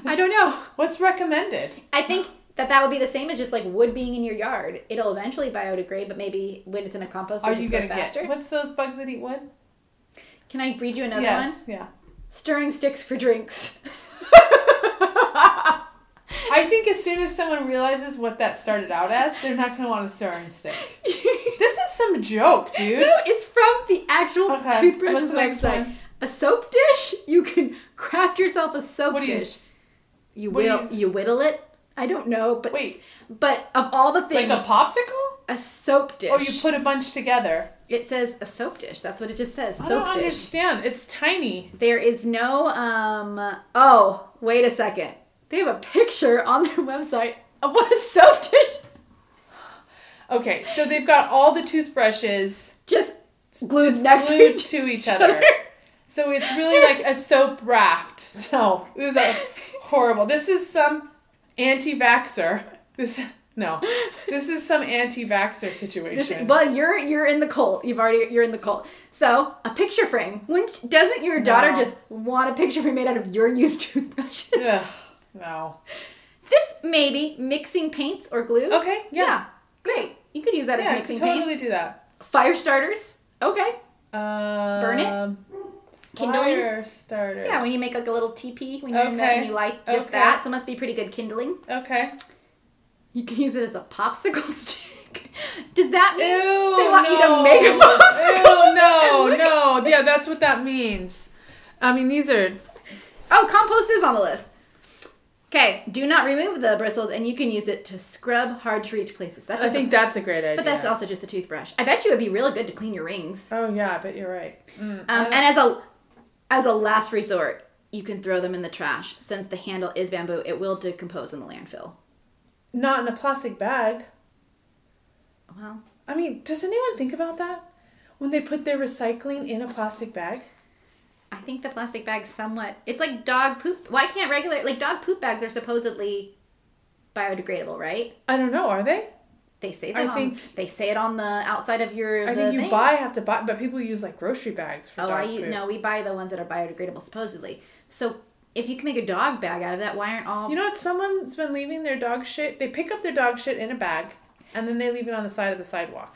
A: I don't know.
B: What's recommended?
A: I think that that would be the same as just like wood being in your yard. It'll eventually biodegrade, but maybe when it's in a compost,
B: Are
A: it
B: you
A: just
B: gonna
A: goes faster.
B: get what's those bugs that eat wood?
A: Can I read you another
B: yes.
A: one?
B: Yeah.
A: Stirring sticks for drinks.
B: I think as soon as someone realizes what that started out as, they're not gonna want a stirring stick. This is some joke, dude.
A: No, it's from the actual
B: Okay, what's
A: toothbrushes
B: the next
A: website.
B: one?
A: A soap dish? You can craft yourself a soap
B: What do you
A: dish.
B: s-
A: You,
B: what do
A: whittle, you whittle it. I don't know, but
B: Wait.
A: but of all the
B: like
A: things,
B: a popsicle?
A: a soap dish.
B: Or you put a bunch together?
A: it says a soap dish. That's what it just says.
B: I
A: Soap
B: don't
A: dish.
B: understand. It's tiny.
A: There is no um. Oh, wait a second. They have a picture on their website of what a soap dish.
B: Okay, so they've got all the toothbrushes
A: Just glued
B: just
A: next to
B: glued
A: each
B: to each other. So it's really like a soap raft. No, this is a horrible. This is some anti-vaxer. This no, this is some anti-vaxer
A: This-
B: situation.
A: well, you're you're in the cult. You've already you're in the cult. So a picture frame. Wouldn't doesn't your daughter
B: No.
A: just want a picture frame made out of your used toothbrushes?
B: Ugh, no.
A: This maybe mixing paints or glues.
B: Okay, yeah,
A: great. You could use that
B: yeah,
A: as
B: I could
A: mixing paint.
B: totally do that.
A: Fire starters. Okay.
B: Um,
A: it? Kindling?
B: Fire starters.
A: Yeah, when you make like a little teepee when you're in there
B: Okay.
A: and you light just
B: Okay.
A: that, so it must be pretty good kindling.
B: okay.
A: You can use it as a popsicle stick. Does that
B: Ew.
A: mean they want
B: no.
A: you to make a popsicle?
B: Ew, no, no. Yeah, that's what that means. I mean, these are
A: Oh, compost is on the list. Okay, do not remove the bristles, and you can use it to scrub hard to reach places. That's
B: I
A: just a-
B: think that's a great idea.
A: but that's also just a toothbrush. I bet you it'd be really good to clean your rings.
B: Oh yeah, I bet you're right. Mm, I
A: Um,
B: don't-
A: and as a as a last resort, you can throw them in the trash. Since the handle is bamboo, it will decompose in the landfill.
B: not in a plastic bag.
A: Well,
B: I mean, does anyone think about that when they put their recycling in a plastic bag?
A: I think the plastic bag's somewhat. It's like dog poop. Why can't regular like dog poop bags are supposedly biodegradable, right?
B: I don't know. Are they?
A: They say
B: I
A: that. on-
B: think-
A: they say it on the outside of your.
B: I
A: the
B: think you
A: thing.
B: buy have to buy, but people use like grocery bags for
A: Oh,
B: dog
A: I use,
B: poop.
A: no, we buy the ones that are biodegradable supposedly. So if you can make a dog bag out of that, why aren't all?
B: You know what? Someone's been leaving their dog shit. They pick up their dog shit in a bag, and then they leave it on the side of the sidewalk.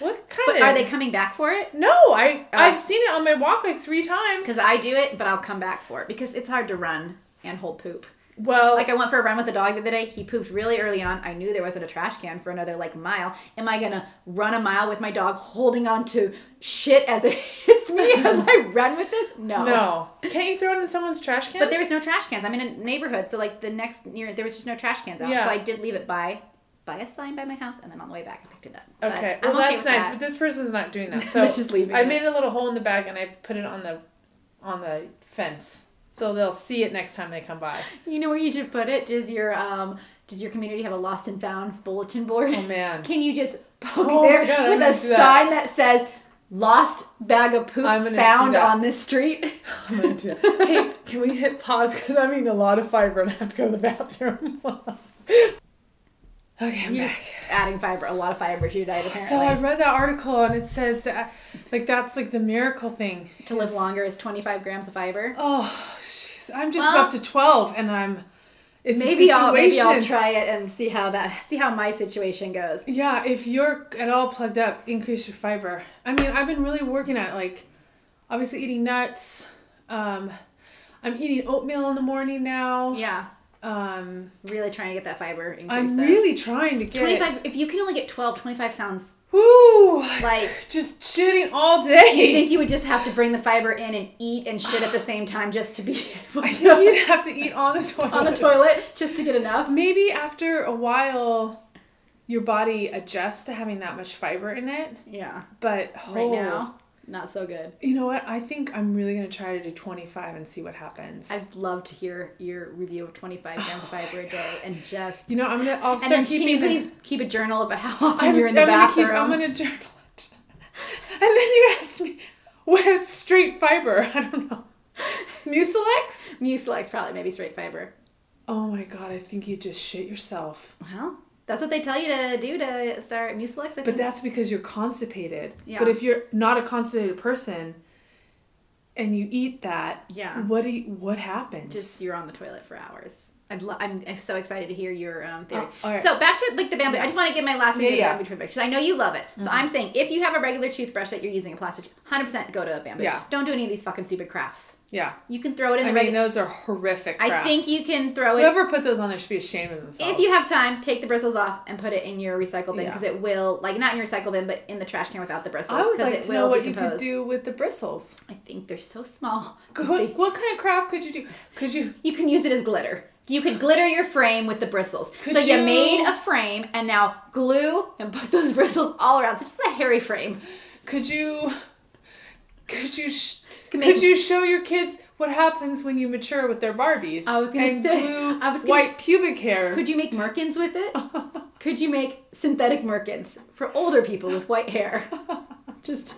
B: What kind
A: but
B: of?
A: are they coming back for it?
B: No, I
A: Oh.
B: I've seen it on my walk like three times.
A: Because I do it, but I'll come back for it because it's hard to run and hold poop.
B: Well,
A: Like I went for a run with the dog the other day. He pooped really early on. I knew there wasn't a trash can for another like mile. Am I gonna run a mile with my dog holding on to shit as it hits me as I run with this? No.
B: no. Can't you throw it in someone's trash can?
A: But there was no trash cans. I'm in a neighborhood, so like the next near there was just no trash cans out.
B: Yeah.
A: So I did leave it by by a sign by my house, and then on the way back I picked it up. But
B: Okay,
A: I'm
B: well that's
A: with
B: nice,
A: that.
B: but this person's not doing that. So
A: They're just leaving
B: I
A: it.
B: made a little hole in the bag and I put it on the on the fence, so they'll see it next time they come by.
A: You know where you should put it? Does your um does your community have a lost and found bulletin board?
B: Oh, man.
A: Can you just poke
B: Oh,
A: it there
B: my God, I'm
A: with
B: gonna
A: a
B: do that.
A: sign that says "Lost bag of poop
B: I'm gonna do
A: found
B: that.
A: on this street"?
B: I'm gonna do- hey, can we hit pause? Because I'm eating a lot of fiber and I have to go to the bathroom. Okay, I'm
A: You're
B: back.
A: just adding fiber, a lot of fiber to your diet apparently.
B: So I read that article and it says, uh, like that's like the miracle thing
A: to live
B: is-
A: longer is 25 grams of fiber.
B: Oh, jeez, I'm just
A: Well-
B: up to twelve, and I'm. It's a
A: Maybe I'll maybe I'll
B: situation.
A: try it and see how that see how my situation goes.
B: Yeah, if you're at all plugged up, increase your fiber. I mean, I've been really working at like, obviously eating nuts. Um, I'm eating oatmeal in the morning now.
A: Yeah,
B: Um,
A: really trying to get that fiber increase.
B: I'm
A: there.
B: really trying to get.
A: 25 if you can only get 12 25 sounds
B: Woo!
A: like
B: Just shooting all
A: do you
B: day.
A: think you would just have to bring the fiber in and eat and shit at the same time just to be able
B: I
A: to-
B: think you'd have to eat on the toilet.
A: on the toilet just to get enough
B: Maybe after a while, your body adjusts to having that much fiber in it.
A: yeah
B: But
A: right
B: oh,
A: now not so good
B: you know what? I think I'm really gonna try to do 25 and see what happens.
A: i'd love to hear your review of 25 grams of fiber a day and just
B: you know, I'm gonna. I'll
A: and
B: start
A: then can
B: keeping.
A: you
B: the-
A: please keep a journal about how often
B: I'm,
A: you're in the
B: I'm gonna
A: bathroom
B: keep. I'm gonna journal it. and then you asked me, "What's straight fiber?" I don't know. Mucilex.
A: mucilex probably maybe straight fiber
B: Oh my god! I think you just shit yourself.
A: well that's what they tell you to do to start mucilex I
B: But
A: think.
B: that's because you're constipated.
A: Yeah.
B: But if you're not a constipated person, and you eat that,
A: Yeah.
B: what do you, what happens?
A: just you're on the toilet for hours. I'd lo- I'm, I'm so excited to hear your um, theory.
B: Oh, all right.
A: So back to like the bamboo. I just want to give my last review
B: Yeah, Mm-hmm. yeah.
A: of the bamboo toothbrush because I know you love it. So I'm saying if you have a regular toothbrush that you're using a plastic, 100 percent go to a bamboo.
B: Yeah.
A: Don't do any of these fucking stupid crafts.
B: yeah.
A: You can throw it in the
B: I mean,
A: regular.
B: those are horrific.
A: I
B: crafts.
A: think you can throw it.
B: Whoever put those on there should be ashamed of themselves.
A: if you have time, take the bristles off and put it in your recycle bin
B: Yeah.
A: because it will, like, not in your recycle bin, but in the trash can without the bristles
B: I would
A: because
B: like
A: it
B: to
A: will
B: know what you could
A: decompose.
B: do with the bristles.
A: I think they're so small.
B: What, what kind of craft could you do? Could you?
A: You can use it as glitter. You could glitter your frame with the bristles.
B: Could
A: so you,
B: you-
A: made a frame and now glue and put those bristles all around. So it's just a hairy frame.
B: Could you? Could you? Sh-
A: Could
B: could,
A: make-
B: you show your kids what happens when you mature with their Barbies?
A: I was gonna
B: and
A: say-
B: glue
A: I was gonna-
B: white pubic hair.
A: Could you make merkins with it? Could you make synthetic merkins for older people with white hair? Just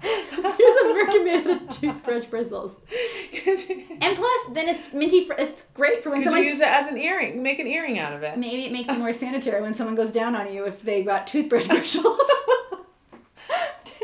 A: here's a merkin made out of toothbrush bristles.
B: could you,
A: And plus, then it's minty. For, it's great for when
B: could
A: someone
B: you use it as an earring? Make an earring out of it.
A: maybe it makes you more sanitary when someone goes down on you if they got toothbrush bristles.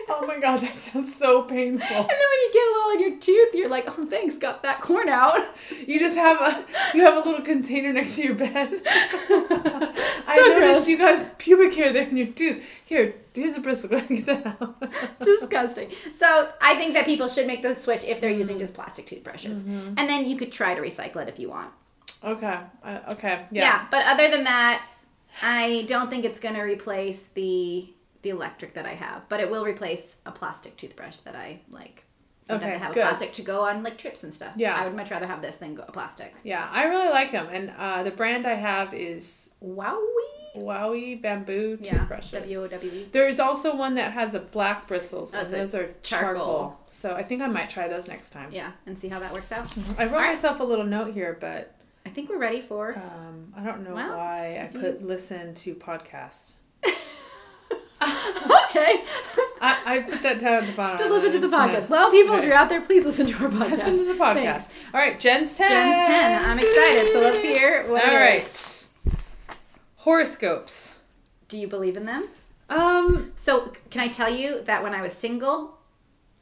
B: Oh my god, that sounds so
A: and
B: painful.
A: then when you get it all in your tooth, you're like, oh thanks, got that corn out.
B: You just have a you have a little container next to your bed. I
A: So
B: noticed
A: gross.
B: you got pubic hair there in your tooth. Here, here's a bristle. Go ahead and get that out.
A: Disgusting. So I think that people should make the switch if
B: Mm-hmm.
A: they're using just plastic toothbrushes, and then you could try to recycle it if you want.
B: Okay. Uh, okay.
A: Yeah.
B: Yeah.
A: But other than that, I don't think it's going to replace the the electric that I have, but it will replace a plastic toothbrush that I like. Sometimes
B: Okay,
A: I have
B: good.
A: a plastic to go on like trips and stuff.
B: Yeah.
A: I would much rather have this than go, a plastic.
B: Yeah. I really like them, and uh, the brand I have is
A: Wowie.
B: Wowie Bamboo
A: Yeah.
B: toothbrushes.
A: W O W E.
B: there is also one that has a black bristles, and
A: That's it.
B: those are charcoal.
A: Charcoal.
B: So I think I might try those next time.
A: Yeah. And see how that works out.
B: I wrote
A: Alright.
B: myself a little note here, but
A: I think we're ready for.
B: um, I don't know
A: Well,
B: why I
A: you-
B: put listen to podcast. Uh,
A: okay.
B: I, I put that down at the bottom.
A: to listen to the
B: I
A: podcast.
B: just-
A: Well, people, if
B: Right.
A: you're out there, please listen to our podcast.
B: Listen to the podcast.
A: Thanks.
B: All right, Jen's 10.
A: Jen's 10. I'm excited. So let's hear what
B: All
A: it
B: right.
A: is.
B: Horoscopes.
A: Do you believe in them?
B: Um,
A: So, can I tell you that when I was single,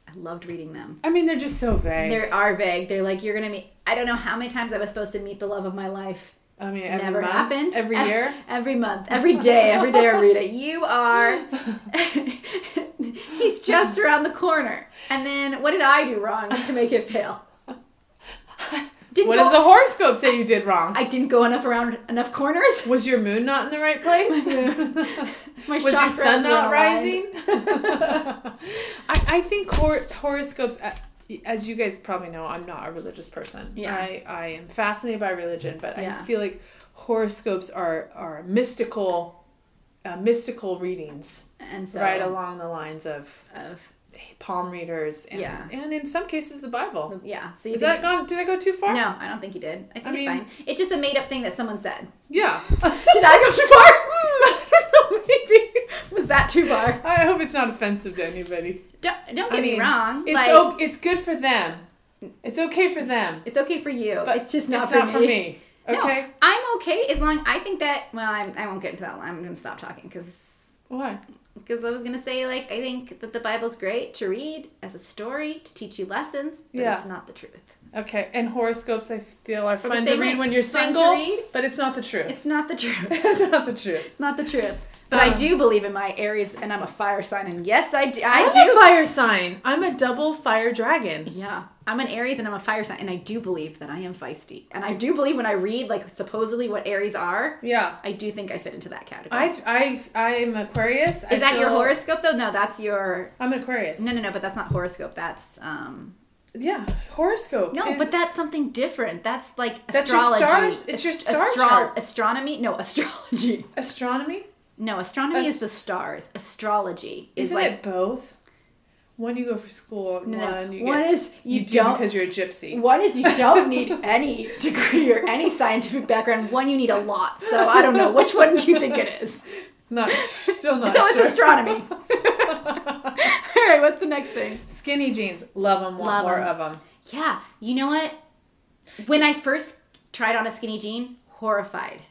A: I loved reading them.
B: I mean, they're just so vague.
A: They are vague. They're like, you're going to meet, I don't know how many times I was supposed to meet the love of my life.
B: I mean, every
A: Never
B: month,
A: happened.
B: Every
A: Ev-
B: year.
A: Every month. Every day. Every day I read it. You are. He's just around the corner. And then what did I do wrong to make it fail? Didn't
B: What
A: go,
B: does the horoscope say you did wrong?
A: I didn't go enough around enough corners.
B: Was your moon not in the right place?
A: My
B: Was your
A: chakras
B: sun
A: were
B: not
A: aligned.
B: rising? I, I think hor- horoscopes, uh, as you guys probably know, I'm not a religious person.
A: Yeah.
B: I, I am fascinated by religion, but I
A: Yeah.
B: feel like horoscopes are, are mystical, uh, mystical readings,
A: And so,
B: right along the lines of
A: of,
B: palm readers and,
A: Yeah.
B: and in some cases the Bible.
A: yeah. So you
B: Is
A: think-
B: that gone? Did I go too far?
A: No, I don't think you did. I think
B: I
A: it's
B: mean-
A: fine. It's just a made up thing that someone said.
B: Yeah.
A: Did I go too far?
B: I don't know, maybe.
A: Was that too far?
B: I hope it's not offensive to anybody.
A: Don't, don't
B: I
A: get me
B: mean,
A: wrong.
B: It's
A: like,
B: o- it's good for them. It's okay for them.
A: it's okay for you.
B: But
A: it's just not,
B: it's
A: for,
B: not
A: me.
B: for me. Okay.
A: No, I'm okay as long I think that. Well, I'm, I won't get into that. I'm gonna stop talking because
B: Why?
A: because I was gonna say like I think that the Bible's great to read as a story to teach you lessons, but
B: Yeah.
A: it's not the truth.
B: Okay. And horoscopes, I feel, are
A: the
B: fun to
A: same
B: read
A: way,
B: when you're
A: it's fun to
B: single,
A: read.
B: but it's not the truth.
A: It's not the truth.
B: It's not the truth.
A: not the truth. But I
B: Um,
A: do believe in my Aries, and I'm a fire sign, and yes, I do. I
B: I'm
A: do.
B: a fire sign. I'm a double fire dragon.
A: Yeah, I'm an Aries and I'm a fire sign, and I do believe that I am feisty. And I do believe when I read, like, supposedly what Aries are,
B: Yeah.
A: I do think I fit into that category.
B: I I I'm Aquarius.
A: Is that your horoscope, though? No, that's your.
B: I'm an Aquarius.
A: No, no, no, but that's not horoscope. That's, um.
B: Yeah, horoscope.
A: No,
B: is-
A: but that's something different. That's like
B: That's your
A: astrology.
B: stars- it's your
A: Ast-
B: star chart.
A: Astronomy? No, astrology.
B: astronomy
A: No, astronomy
B: Ast-
A: is the stars. Astrology is
B: isn't
A: like.
B: it both? One you go for school, and
A: No, no.
B: one you
A: One
B: get,
A: is you
B: do
A: don't-
B: because you're a gypsy.
A: One is you don't need any degree or any scientific background. One you need a lot. So I don't know which one do you think it is.
B: Not still not.
A: so it's
B: sure.
A: astronomy. All right, what's the next thing?
B: Skinny jeans, love them. Want
A: Love
B: more
A: 'em.
B: of them.
A: Yeah, you know what? When I first tried on a skinny jean, horrified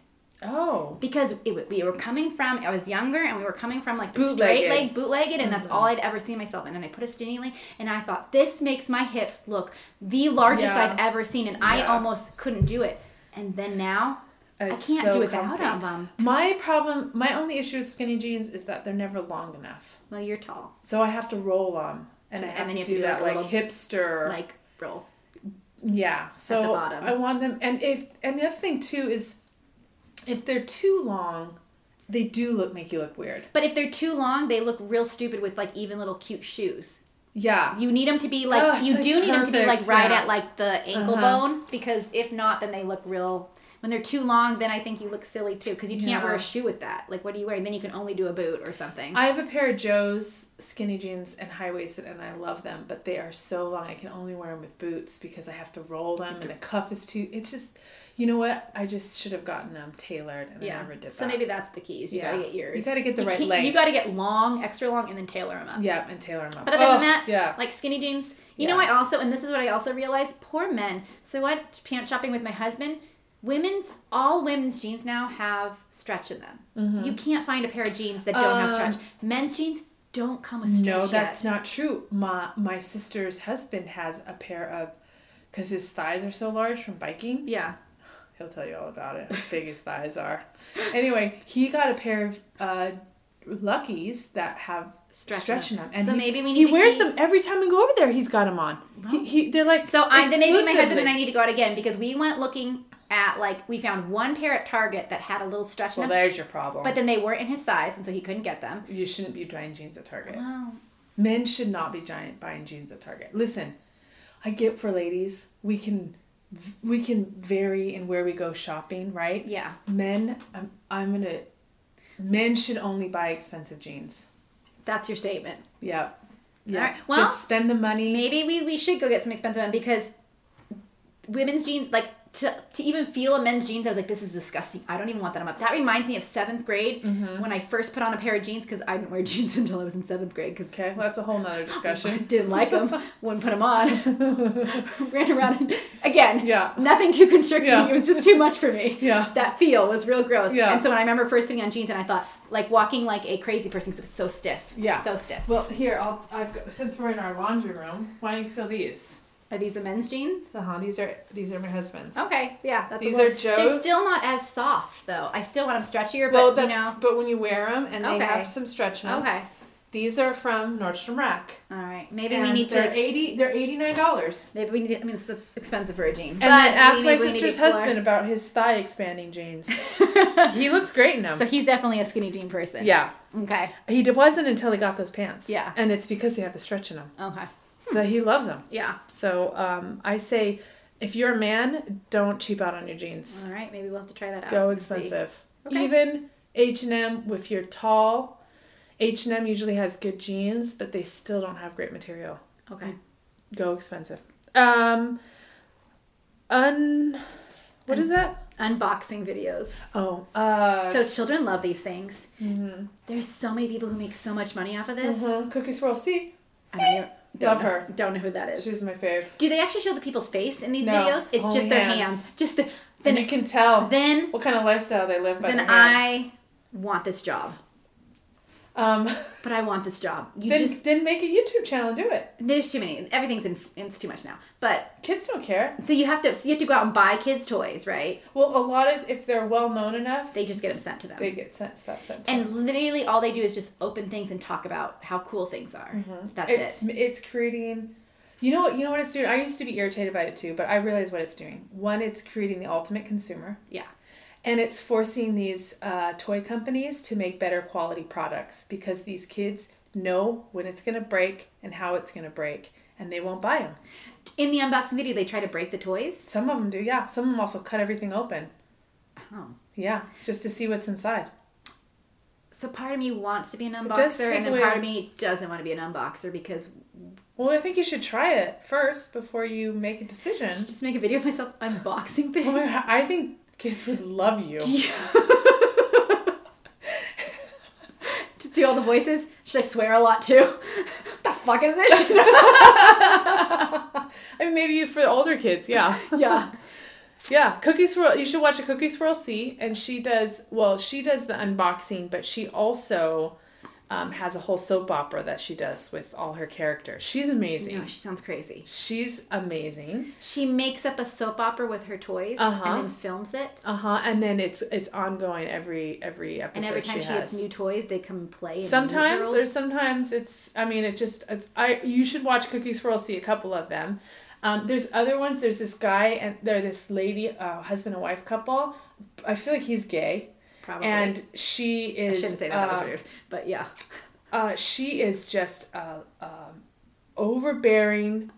B: Oh,
A: because it, w- we were coming from I was younger and we were coming from like the
B: Bootlegged.
A: straight leg bootlegged and that's all I'd ever seen myself in and I put a skinny leg and I thought this makes my hips look the largest
B: Yeah.
A: I've ever seen and I
B: Yeah.
A: almost couldn't do it and then now
B: It's
A: I can't
B: so
A: do without
B: comfy.
A: them. Um,
B: My problem, my only issue with skinny jeans is that they're never long enough.
A: Well, you're tall,
B: So I have to roll them, and I
A: And
B: have
A: then you
B: to
A: have
B: do
A: to do
B: that
A: like
B: like,
A: a
B: hipster,
A: like roll.
B: Yeah. So
A: the bottom.
B: I want them and if and the other thing too is if they're too long, they do look make you look weird.
A: But if they're too long, they look real stupid with like even little cute shoes.
B: Yeah.
A: You need them to be like
B: Oh, it's,
A: you
B: like,
A: do need 'em need them to be like
B: perfect,
A: right
B: yeah.
A: at like the ankle
B: Uh-huh.
A: bone because if not, then they look real. When they're too long, then I think you look silly too because you can't wear
B: Yeah.
A: a shoe with that. Like, what are you wearing? Then you can only do a boot or something.
B: I have a pair of Joe's skinny jeans and high waisted and I love them, but they are so long I can only wear them with boots because I have to roll them and the cuff is too it's just you know what? I just should have gotten them tailored and I
A: yeah.
B: never did that.
A: So maybe that's the key. Is you gotta
B: Yeah.
A: get yours.
B: You gotta get the right
A: can't-
B: length.
A: You gotta get long, extra long, and then tailor them up.
B: yeah, and tailor them up.
A: But other
B: Ugh,
A: than that,
B: yeah.
A: like skinny jeans. You know,
B: Yeah.
A: I also, and this is what I also realized, poor men. So I went pant shopping with my husband. Women's, all women's jeans now have stretch in them. You can't find a pair of jeans that don't
B: Mm-hmm. Um,
A: have stretch. Men's jeans don't come with stretch.
B: No,
A: yet.
B: that's not true. My my sister's husband has a pair of because his thighs are so large from biking.
A: Yeah.
B: He'll tell you all about it. How big his thighs are. Anyway, he got a pair of uh, Luckies that have
A: Stretch
B: stretch,
A: in
B: in
A: them.
B: them, and
A: So
B: he,
A: maybe we
B: he
A: need to
B: wears
A: keep-
B: them every time we go over there. He's got them on. He, he they're like
A: So I then maybe my husband and I
B: exclusively.
A: need to go out again because we went looking at like we found one pair at Target that had a little stretch
B: Well,
A: in them,
B: there's your problem.
A: but then they weren't in his size, and so he couldn't get them.
B: you shouldn't be buying jeans at Target.
A: Wow.
B: Men should not be giant buying jeans at Target. Listen, I get for ladies, we can we can vary in where we go shopping, right?
A: Yeah.
B: Men, I'm I'm gonna. Men should only buy expensive jeans.
A: That's your statement.
B: Yeah, yeah.
A: All right, well,
B: just spend the money.
A: maybe we, we should go get some expensive one because women's jeans like to, to even feel a men's jeans i was like this is disgusting i don't even want that on my that reminds me of seventh grade
B: Mm-hmm.
A: when i first put on a pair of jeans because i didn't wear jeans until i was in seventh grade because
B: Okay, well, that's a whole nother
A: I
B: discussion.
A: didn't like them wouldn't put them on ran around and, again
B: Yeah.
A: nothing too constricting
B: Yeah.
A: it was just too much for me
B: Yeah.
A: that feel was real gross
B: Yeah.
A: and so when i remember first putting on jeans and i thought like walking like a crazy person because it was so stiff
B: Yeah.
A: so stiff
B: Well, here I'll. I've got, since we're in our laundry room, why don't you feel these?
A: are these a men's jean
B: Uh-huh, these are these are my husband's.
A: Okay, yeah. That's
B: These
A: a little-
B: are Joe's?
A: They're still not as soft though. I still want them stretchier,
B: Well,
A: but you
B: that's,
A: know.
B: but when you wear them and they
A: Okay.
B: have some stretch in 'em.
A: Okay.
B: These are from Nordstrom Rack.
A: All right. Maybe we
B: And
A: need
B: they're
A: to.
B: eighty. They're eighty nine dollars.
A: Maybe we need. To, I mean, it's that's expensive for a jean.
B: And then ask
A: we
B: my
A: need- we need to
B: sister's
A: explore.
B: husband about his thigh expanding jeans. he looks great in them.
A: So he's definitely a skinny jean person.
B: yeah,
A: Okay.
B: he d- wasn't until he got those pants.
A: Yeah.
B: and it's because they have the stretch in them.
A: Okay.
B: So he loves them.
A: Yeah.
B: So um, I say, if you're a man, don't cheap out on your jeans.
A: All right. Maybe we'll have to try that out.
B: Go
A: and Ah, see.
B: expensive.
A: Okay.
B: Even H and M, if you're tall, H and M usually has good jeans, but they still don't have great material.
A: Okay.
B: Go expensive. Um, un. What is that?
A: Unboxing videos.
B: Oh, uh,
A: So children love these things.
B: Mm-hmm.
A: There's so many people who make so much money off of this.
B: Mhm. Cookie Swirl C.
A: I don't, even- don't
B: Love
A: know-
B: her.
A: Don't know who that is.
B: She's my fave.
A: Do they actually show the people's face in these
B: No,
A: videos? It's
B: only
A: just their
B: hands.
A: hands. Just the, Then-
B: Then you can tell
A: Then
B: what kind of lifestyle they live by.
A: then
B: their hands.
A: I want this job.
B: um
A: But I want this job. You
B: then
A: just
B: then make a YouTube channel and do it.
A: there's too many. Everything's in, it's too much now. But
B: Kids don't care.
A: so you have to so you have to go out and buy kids toys, right?
B: Well, a lot of if they're well known enough,
A: They just get them sent to them.
B: they get sent stuff sent. To them.
A: and literally all they do is just open things and talk about how cool things are. That's
B: Mm-hmm. it's
A: it.
B: it's creating. You know what? You know what it's doing. I used to be irritated by it too, but I realize what it's doing. One, it's creating the ultimate consumer.
A: Yeah.
B: And it's forcing these uh, toy companies to make better quality products because these kids know when it's going to break and how it's going to break, and they won't buy them.
A: In the unboxing video, they try to break the toys.
B: Some of them do, yeah. Some of them also cut everything open,
A: Oh.
B: yeah, just to see what's inside.
A: So part of me wants to be an
B: does
A: unboxer,
B: take
A: and then
B: away-
A: part of me doesn't want to be an unboxer because
B: Well, I think you should try it first before you make a decision.
A: just make a video of myself unboxing
B: Oh my
A: things.
B: God, I think kids would love you.
A: just do all the voices. Should I swear a lot too? what the fuck is this?
B: I mean, maybe you for the older kids, yeah.
A: yeah.
B: Yeah, Cookie Swirl. You should watch a Cookie Swirl C, and she does well. She does the unboxing, but she also um, has a whole soap opera that she does with all her characters. She's amazing.
A: No, she sounds crazy.
B: She's amazing.
A: She makes up a soap opera with her toys
B: Uh-huh.
A: and then films it.
B: Uh huh. And then it's it's ongoing every every episode.
A: And every time she,
B: has.
A: gets new toys, they come and play. in the new
B: Sometimes
A: world.
B: or sometimes it's. I mean, it just. It's, I you should watch Cookie Swirl see a couple of them. Um, there's other ones. There's this guy and they're this lady, uh, husband and wife couple. I feel like he's gay,
A: probably.
B: and she
A: I
B: is.
A: shouldn't say that. that
B: uh,
A: was rude. But yeah.
B: Uh, she is just a um, overbearing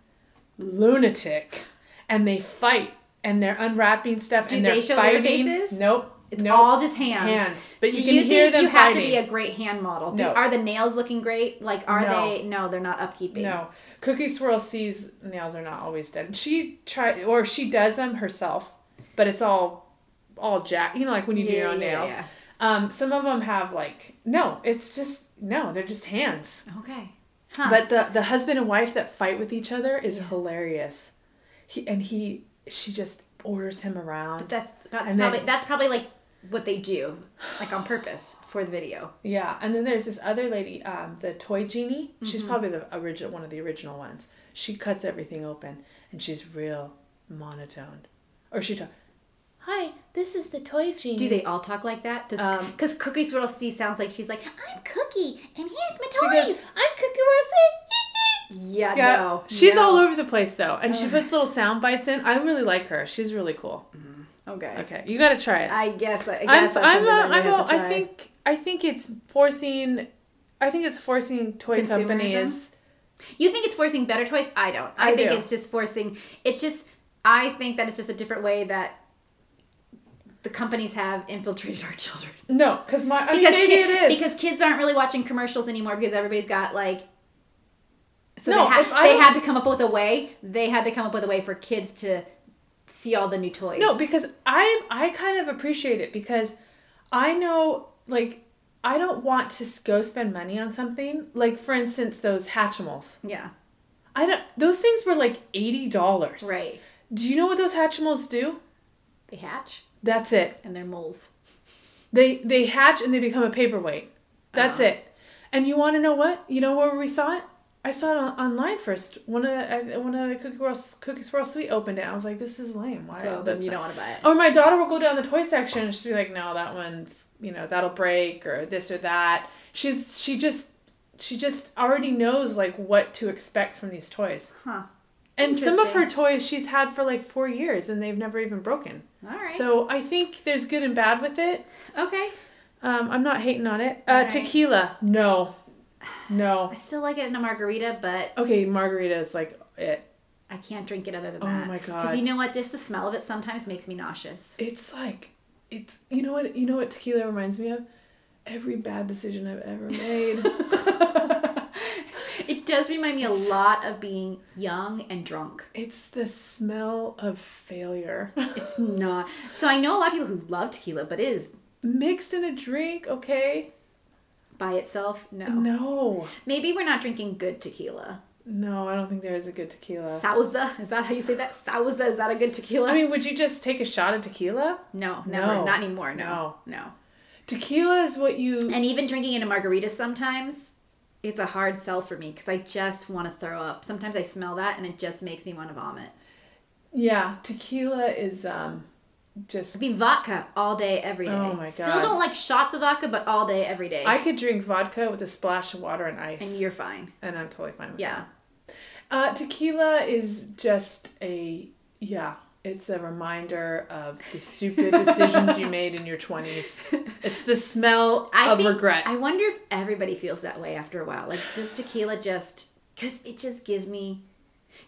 B: lunatic, and they fight, and they're unwrapping stuff,
A: Do
B: and
A: they
B: they're
A: show their
B: fighting.
A: faces?
B: Nope,
A: It's
B: nope.
A: all just hands.
B: hands, but
A: Do
B: you can hear
A: think
B: them
A: you have to
B: fighting.
A: be a great hand model? Do-
B: No.
A: Are the nails looking great? Like, are
B: No.
A: they? No, they're not upkeeping.
B: no, Cookie Swirl sees nails are not always done. She try or she does them herself, but it's all all jack. You know, like when you do your
A: Yeah,
B: own
A: yeah,
B: nails.
A: yeah.
B: Um, some of them have like no, it's just no, they're just hands.
A: Okay. Huh.
B: But the the husband and wife that fight with each other is hilarious. He and he she just orders him around.
A: that's that's
B: and then-
A: probably that's probably like what they do, like on purpose for the video.
B: yeah, and then there's this other lady, um, the toy genie. She's
A: Mm-hmm.
B: probably the original one of the original ones. She cuts everything open and she's real monotoned. Or she talk, "Hi, this is the toy genie."
A: Do they all talk like that? Does
B: Um,
A: because Cookie Swirl C sounds like she's like I'm Cookie and here's my
B: She
A: toys.
B: goes, "I'm Cookie Wilson."
A: yeah,
B: Yeah,
A: no,
B: she's
A: no.
B: all over the place though, and she puts little sound bites in. I really like her. She's really cool.
A: Okay.
B: Okay, you gotta try it.
A: I guess. Mm-hmm. I guess that's
B: I'm, I'm,
A: something
B: a,
A: that
B: I'm
A: we
B: a,
A: have to
B: I
A: try.
B: think I think it's forcing I think it's forcing toy
A: Consumerism?
B: companies
A: You think it's forcing better toys? I don't. I,
B: I
A: think
B: do.
A: it's just forcing. It's just. I think that it's just a different way that the companies have infiltrated our children.
B: no because my I mean,
A: Because
B: maybe
A: kid-
B: it is
A: because kids aren't really watching commercials anymore because everybody's got like. So
B: No,
A: they, ha-
B: if I
A: they
B: don't-
A: had to come up with a way. They had to come up with a way for kids to see all the new toys.
B: no because I I kind of appreciate it because I know like I don't want to s- go spend money on something like for instance those Hatchimals
A: yeah,
B: I don't those things were like eighty dollars
A: right.
B: do you know what those Hatchimals do
A: They hatch
B: that's it
A: and they're moles.
B: They they hatch and they become a paperweight. That's
A: Uh-huh.
B: it. And you want to know what? You know where we saw it? I saw it on, online first. One of the, I, one of the Cookie Swirl Cookie Swirl Sweet opened it. I was like, this is lame. Why?
A: So
B: that's
A: you
B: not-
A: don't want to buy it.
B: Or my daughter will go down the toy section and she'll be like, no, that one's you know that'll break or this or that. She's she just she just already knows like what to expect from these toys.
A: Huh.
B: And some of her
A: Interesting.
B: toys she's had for like four years and they've never even broken.
A: All right.
B: So I think there's good and bad with it.
A: okay.
B: Um, I'm not hating on it. Uh,
A: Alright.
B: Tequila, no, no.
A: I still like it in a margarita, but
B: Okay, margarita is like it.
A: I can't drink it other than
B: Oh
A: that.
B: my God.
A: Because you know what? Just the smell of it sometimes makes me nauseous.
B: It's like it's. You know what? You know what tequila reminds me of? Every bad decision I've ever made.
A: It does remind me a lot of being young and drunk.
B: it's the smell of failure
A: It's not. So I know a lot of people who love tequila, but it is
B: mixed in a drink. Okay,
A: by itself, no.
B: no.
A: Oh. Maybe we're not drinking good tequila.
B: No, I don't think there is a good tequila.
A: Sauza? Is that how you say that? Sauza? Is that a good tequila?
B: I mean, would you just take a shot of tequila?
A: no,
B: No.
A: never. Not anymore. No, no.
B: Tequila is what you.
A: And even drinking into margaritas sometimes, it's a hard sell for me because I just want to throw up. Sometimes I smell that and it just makes me want to vomit.
B: Yeah, tequila is um,
A: I
B: just.
A: mean, vodka all day, every day.
B: Oh my God.
A: Still don't like shots of vodka, but all day, every day.
B: I could drink vodka with a splash of water and ice,
A: and you're fine.
B: and I'm totally fine with
A: Yeah.
B: that. Uh, tequila is just a yeah. It's a reminder of the stupid decisions you made in your twenties. It's the smell
A: I
B: of
A: think-
B: regret.
A: I wonder if everybody feels that way after a while. Like, does tequila just because it just gives me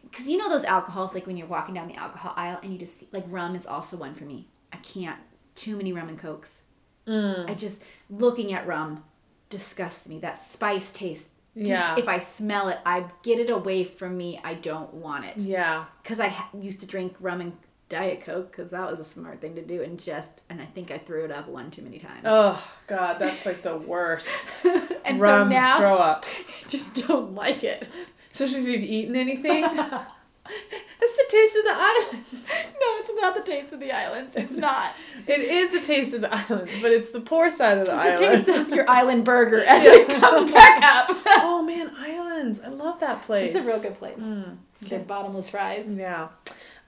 A: because you know those alcohols like when you're walking down the alcohol aisle and you just see, like rum is also one for me. I can't too many rum and cokes.
B: Mm.
A: I just looking at rum disgusts me. That spice taste. just-
B: Yeah.
A: If I smell it, I get it away from me. I don't want it
B: yeah,
A: because I ha- used to drink rum and diet coke because that was a smart thing to do and just and I think I threw it up one too many times.
B: Oh God, that's like the worst.
A: and
B: Rum
A: so now
B: throw up,
A: just don't like it.
B: especially if you've eaten anything. that's the taste of the islands.
A: No, it's not the taste of the islands. It's not.
B: It is the taste of the islands, but it's the poor side of the
A: It's
B: islands.
A: the taste of your island burger as it comes back up.
B: oh man, islands! I love that place.
A: It's a real good place.
B: Hmm, Good
A: bottomless fries.
B: Yeah,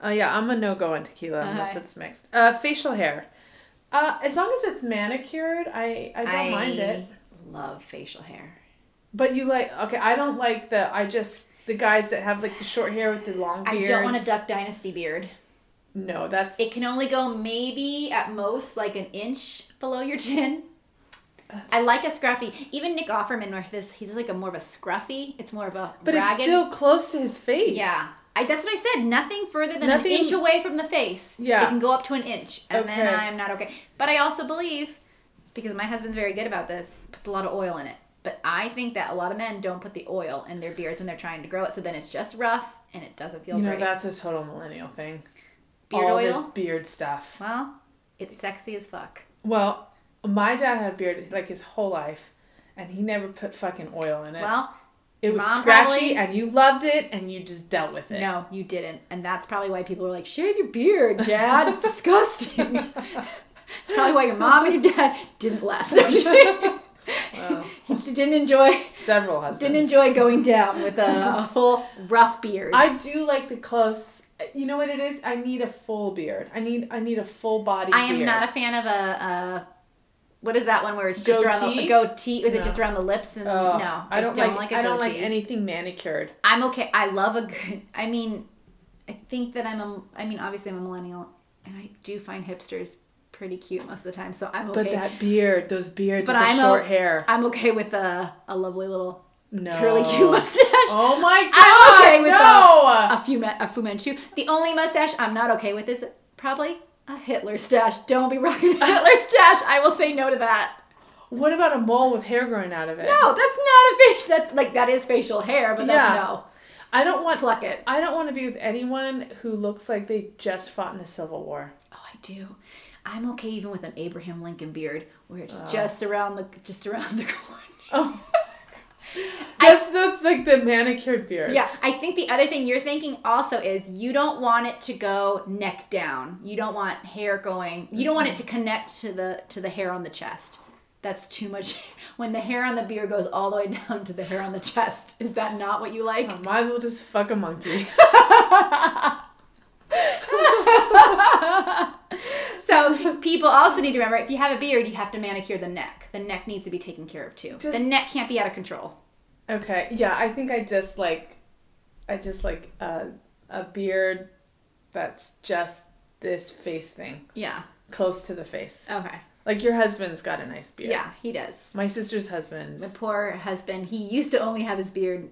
B: uh, yeah. I'm a no go on tequila unless
A: Okay.
B: it's mixed. Uh, facial hair. Uh, as long as it's manicured, I I don't mind it.
A: Love facial hair.
B: But you like okay? I don't like the I just the guys that have like the short hair with the long beards.
A: I don't want a Duck Dynasty beard.
B: No, that's
A: It can only go maybe at most like an inch below your chin. I like a scruffy. Even Nick Offerman, where this he's like a more of a scruffy. It's more of a
B: But
A: ragged.
B: it's still close to his face.
A: Yeah. I, that's what I said. Nothing further than
B: Nothing-
A: an inch away from the face.
B: Yeah.
A: It can go up to an inch. And then
B: Okay.
A: I'm not okay. But I also believe, because my husband's very good about this, puts a lot of oil in it. But I think that a lot of men don't put the oil in their beards when they're trying to grow it. So then it's just rough and it doesn't feel
B: You know,
A: great.
B: that's a total millennial thing.
A: Beard
B: All
A: oil?
B: this beard stuff.
A: Well, it's sexy as fuck.
B: Well, my dad had a beard like his whole life, and he never put fucking oil in it.
A: Well,
B: it was
A: Mom
B: scratchy,
A: probably-
B: and you loved it, and you just dealt with it.
A: no, you didn't. And that's probably why people were like, shave your beard, dad. It's disgusting. It's probably why your mom and your dad didn't last.
B: Well,
A: She didn't enjoy
B: several husbands.
A: Didn't enjoy going down with a, a full rough beard. I,
B: I do like the close. You know what it is? I need a full beard. I need. I need a full body.
A: am
B: beard.
A: not a fan of a, a what is that one where it's just around the a
B: Goatee?
A: goatee? Is
B: No.
A: it just around the lips? And
B: Ugh,
A: no,
B: I don't, like.
A: a
B: I don't like
A: goatee.
B: anything manicured.
A: I'm okay. I love a good. I mean, I think that I'm a. I mean, obviously I'm a millennial, and I do find hipsters pretty cute most of the time. So I'm okay.
B: But that beard, those beards
A: But
B: with the
A: I'm o-
B: short hair.
A: I'm okay with a a lovely little
B: No.
A: curly cute mustache.
B: Oh my god!
A: I'm okay with
B: no.
A: a Fu, Ma- a Fu Manchu. The only mustache I'm not okay with is probably a Hitler stash. Don't be rocking a Hitler stash. I will say no to that.
B: What about a mole with hair growing out of it?
A: No, that's not a face. That's like that is facial hair, but that's
B: Yeah.
A: no.
B: I don't want.
A: Pluck it.
B: I don't want to be with anyone who looks like they just fought in the Civil War.
A: Oh, I do. I'm okay even with an Abraham Lincoln beard where it's just around the just around the corner.
B: Oh. That's, that's like the manicured beards.
A: Yeah, I think the other thing you're thinking also is you don't want it to go neck down. You don't want hair going. You don't want it to connect to the to the hair on the chest. That's too much. When the hair on the beard goes all the way down to the hair on the chest, is that not what you like?
B: I might as well just fuck a monkey.
A: So people also need to remember if you have a beard, you have to manicure the neck. The neck needs to be taken care of too. the
B: Just-
A: neck can't be out of control.
B: okay. Yeah, I think I just like, I just like a, a beard that's just this face thing,
A: Yeah.
B: close to the face.
A: Okay.
B: Like your husband's got a nice beard.
A: Yeah, he does.
B: My sister's
A: My
B: husband's.
A: poor husband, he used to only have his beard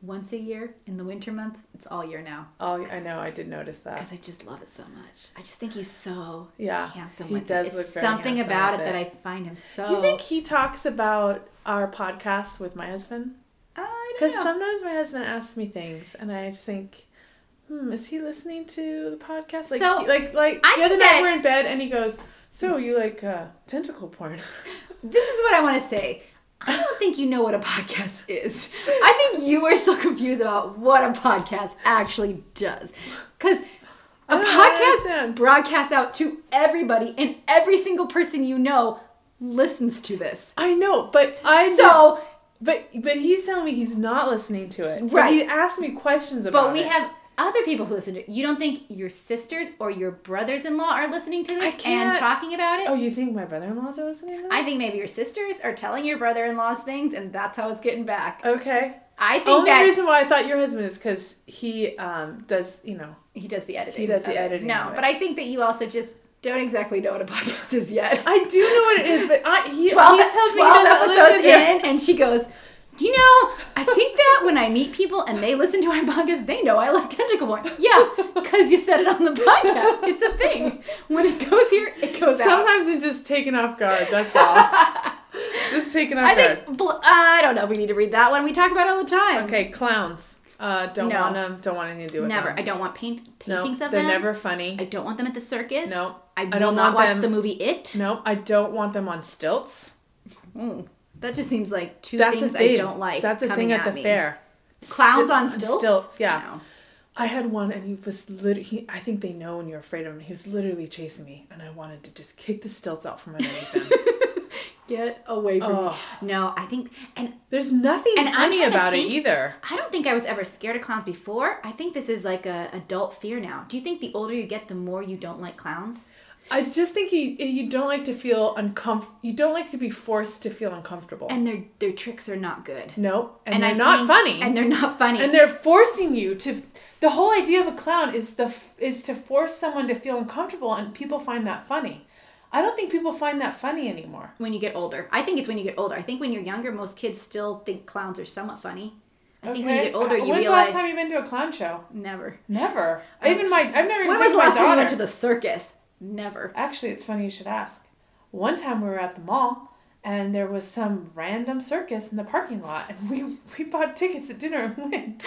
A: once a year in the winter months. It's all year now.
B: Oh, I know. I did notice that.
A: because I just love it so much. I just think he's so
B: Yeah,
A: handsome.
B: he
A: with
B: does
A: it. It's
B: look very
A: something
B: handsome
A: about it
B: with
A: that
B: it.
A: I find him so.
B: Do you think he talks about our podcast with my husband?
A: I don't
B: Because
A: know.
B: sometimes my husband asks me things, and I just think, "Hmm, is he listening to the podcast?" Like,
A: So,
B: he, like, like
A: I
B: the other
A: think
B: night
A: that-
B: we're in bed, and he goes, "So you like uh, tentacle porn?"
A: this is what I want to say. I don't think you know what a podcast is. I think you are so confused about what a podcast actually does. Because a
B: don't
A: podcast
B: understand.
A: broadcasts out to everybody, and every single person you know listens to this.
B: I know, but I know.
A: So,
B: But but he's telling me he's not listening to it. But
A: Right.
B: he asked me questions about it.
A: but we have other people who listen to it. You don't think your sisters or your brothers in law are listening to this and
B: can't-
A: talking about it?
B: Oh, you think my brother-in-laws are listening to this?
A: I think maybe your sisters are telling your brother in laws things, and that's how it's getting back.
B: Okay.
A: I think
B: Only
A: that
B: reason why I thought your husband is because he um, does, you know.
A: he does the editing.
B: He does the
A: of it.
B: editing
A: No,
B: of it.
A: but I think that you also just don't exactly know what a podcast is yet.
B: I do know what it is, but I, he,
A: Twelve,
B: he tells me he
A: 12
B: doesn't listen
A: episodes
B: to it.
A: in, and she goes, "Do you know? I think that when I meet people and they listen to our podcast, they know I like tentacle porn. Yeah, because you said it on the podcast. It's a thing. When it goes here, it goes out.
B: Sometimes it's just taken off guard, that's all. just taken off
A: I
B: guard.
A: think bl- I don't know. We need to read that one. We talk about it all the time.
B: Okay, clowns. Uh, don't
A: No.
B: want them. Don't want anything to do with
A: Never. I
B: them.
A: don't want paint
B: No,
A: paintings of
B: they're
A: them.
B: never funny.
A: I don't want them at the circus.
B: No,
A: I,
B: I
A: will
B: don't
A: not
B: want
A: watch
B: them-
A: the movie It.
B: no, I don't want them on stilts.
A: Mm. That just seems like two
B: That's
A: things
B: a thing.
A: I don't like.
B: That's a
A: coming
B: thing at, the
A: me.
B: fair.
A: Clowns
B: Sti-
A: on stilts.
B: Stilts, yeah.
A: No.
B: I had one, and he was literally. He, I think they know when you're afraid of him. He was literally chasing me, and I wanted to just kick the stilts out from underneath him.
A: Get away from
B: Ugh.
A: me. No, I think, and
B: There's nothing
A: Oh. And I'm
B: funny
A: trying to
B: about it
A: think-
B: either.
A: I don't think I was ever scared of clowns before. I think this is like a adult fear now. Do you think the older you get, the more you don't like clowns?
B: I just think you you don't like to feel uncomfortable. You don't like to be forced to feel uncomfortable.
A: And their their tricks are not good.
B: no, and,
A: I
B: they're not
A: think-
B: funny.
A: And they're not funny.
B: and they're forcing you to the whole idea of a clown is the is to force someone to feel uncomfortable and people find that funny i don't think people find that funny anymore
A: when you get older. I think it's when you get older. I think when you're younger, most kids still think clowns are somewhat funny. I think when you get older,
B: Uh,
A: you
B: when's
A: realize
B: the last time you've been to a clown show
A: never.
B: never even my i've never
A: When
B: even
A: was
B: taken
A: the
B: my
A: last time you
B: daughter
A: went to the circus? Never.
B: actually it's funny you should ask one time we were at the mall and there was some random circus in the parking lot and we we bought tickets at dinner and went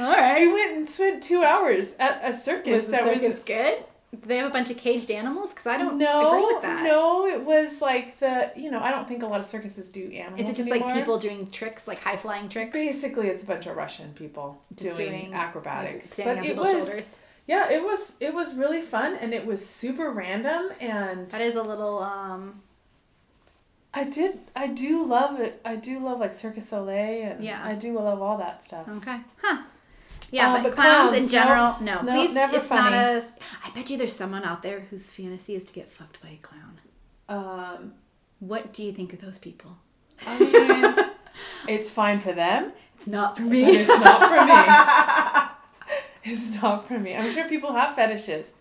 A: All
B: we
A: right.
B: went and spent two hours at a circus
A: Was the
B: that was
A: circus good? Did they have a bunch of caged animals? Because I don't
B: No,
A: agree with that.
B: no, it was like the you know I don't think a lot of circuses do animals.
A: Is it just
B: anymore.
A: like people doing tricks, like high flying tricks?
B: Basically, it's a bunch of Russian people
A: Just
B: doing,
A: doing, like,
B: acrobatics.
A: standing
B: but
A: on
B: it
A: people's
B: was
A: shoulders.
B: yeah, it was it was really fun and it was super random and
A: That is a little. um
B: I did I do love it. I do love like Circus Soleil and
A: Yeah.
B: I do love all that stuff.
A: Okay. Huh. Yeah,
B: Uh,
A: but,
B: but
A: clowns, in
B: clowns,
A: general,
B: no.
A: no.
B: No,
A: Please,
B: never
A: it's
B: funny.
A: not a. I bet you there's someone out there whose fantasy is to get fucked by a clown. Uh-huh.
B: Um,
A: What do you think of those people?
B: I mean, it's fine for them,
A: It's not for
B: but
A: me.
B: it's not for me. it's not for me. I'm sure people have fetishes.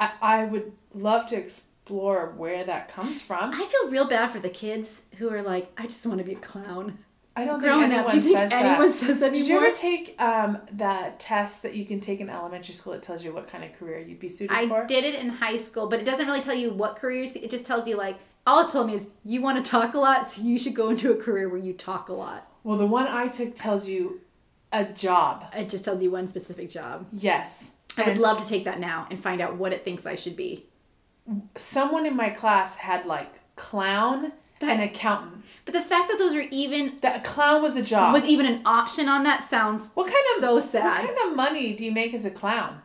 B: I, I would love to explore where that comes from.
A: I feel real bad for the kids who are like, I just want to be a clown.
B: I don't
A: Growing
B: think anyone
A: up, do you think
B: says
A: anyone
B: that.
A: says that
B: Did you
A: anymore?
B: ever take um, that test that you can take in elementary school that tells you what kind of career you'd be suited
A: I
B: for?
A: did it in high school, but it doesn't really tell you what careers. It just tells you like all it told me is you want to talk a lot, so you should go into a career where you talk a lot.
B: Well, the one I took tells you a job.
A: It just tells you one specific job.
B: Yes.
A: I would
B: And
A: love to take that now and find out what it thinks I should be.
B: someone in my class had like clown
A: That-
B: and accountant.
A: But the fact that those are even
B: That clown was a job.
A: was even an option on that sounds
B: What kind of
A: so sad.
B: What kind of money do you make as a clown?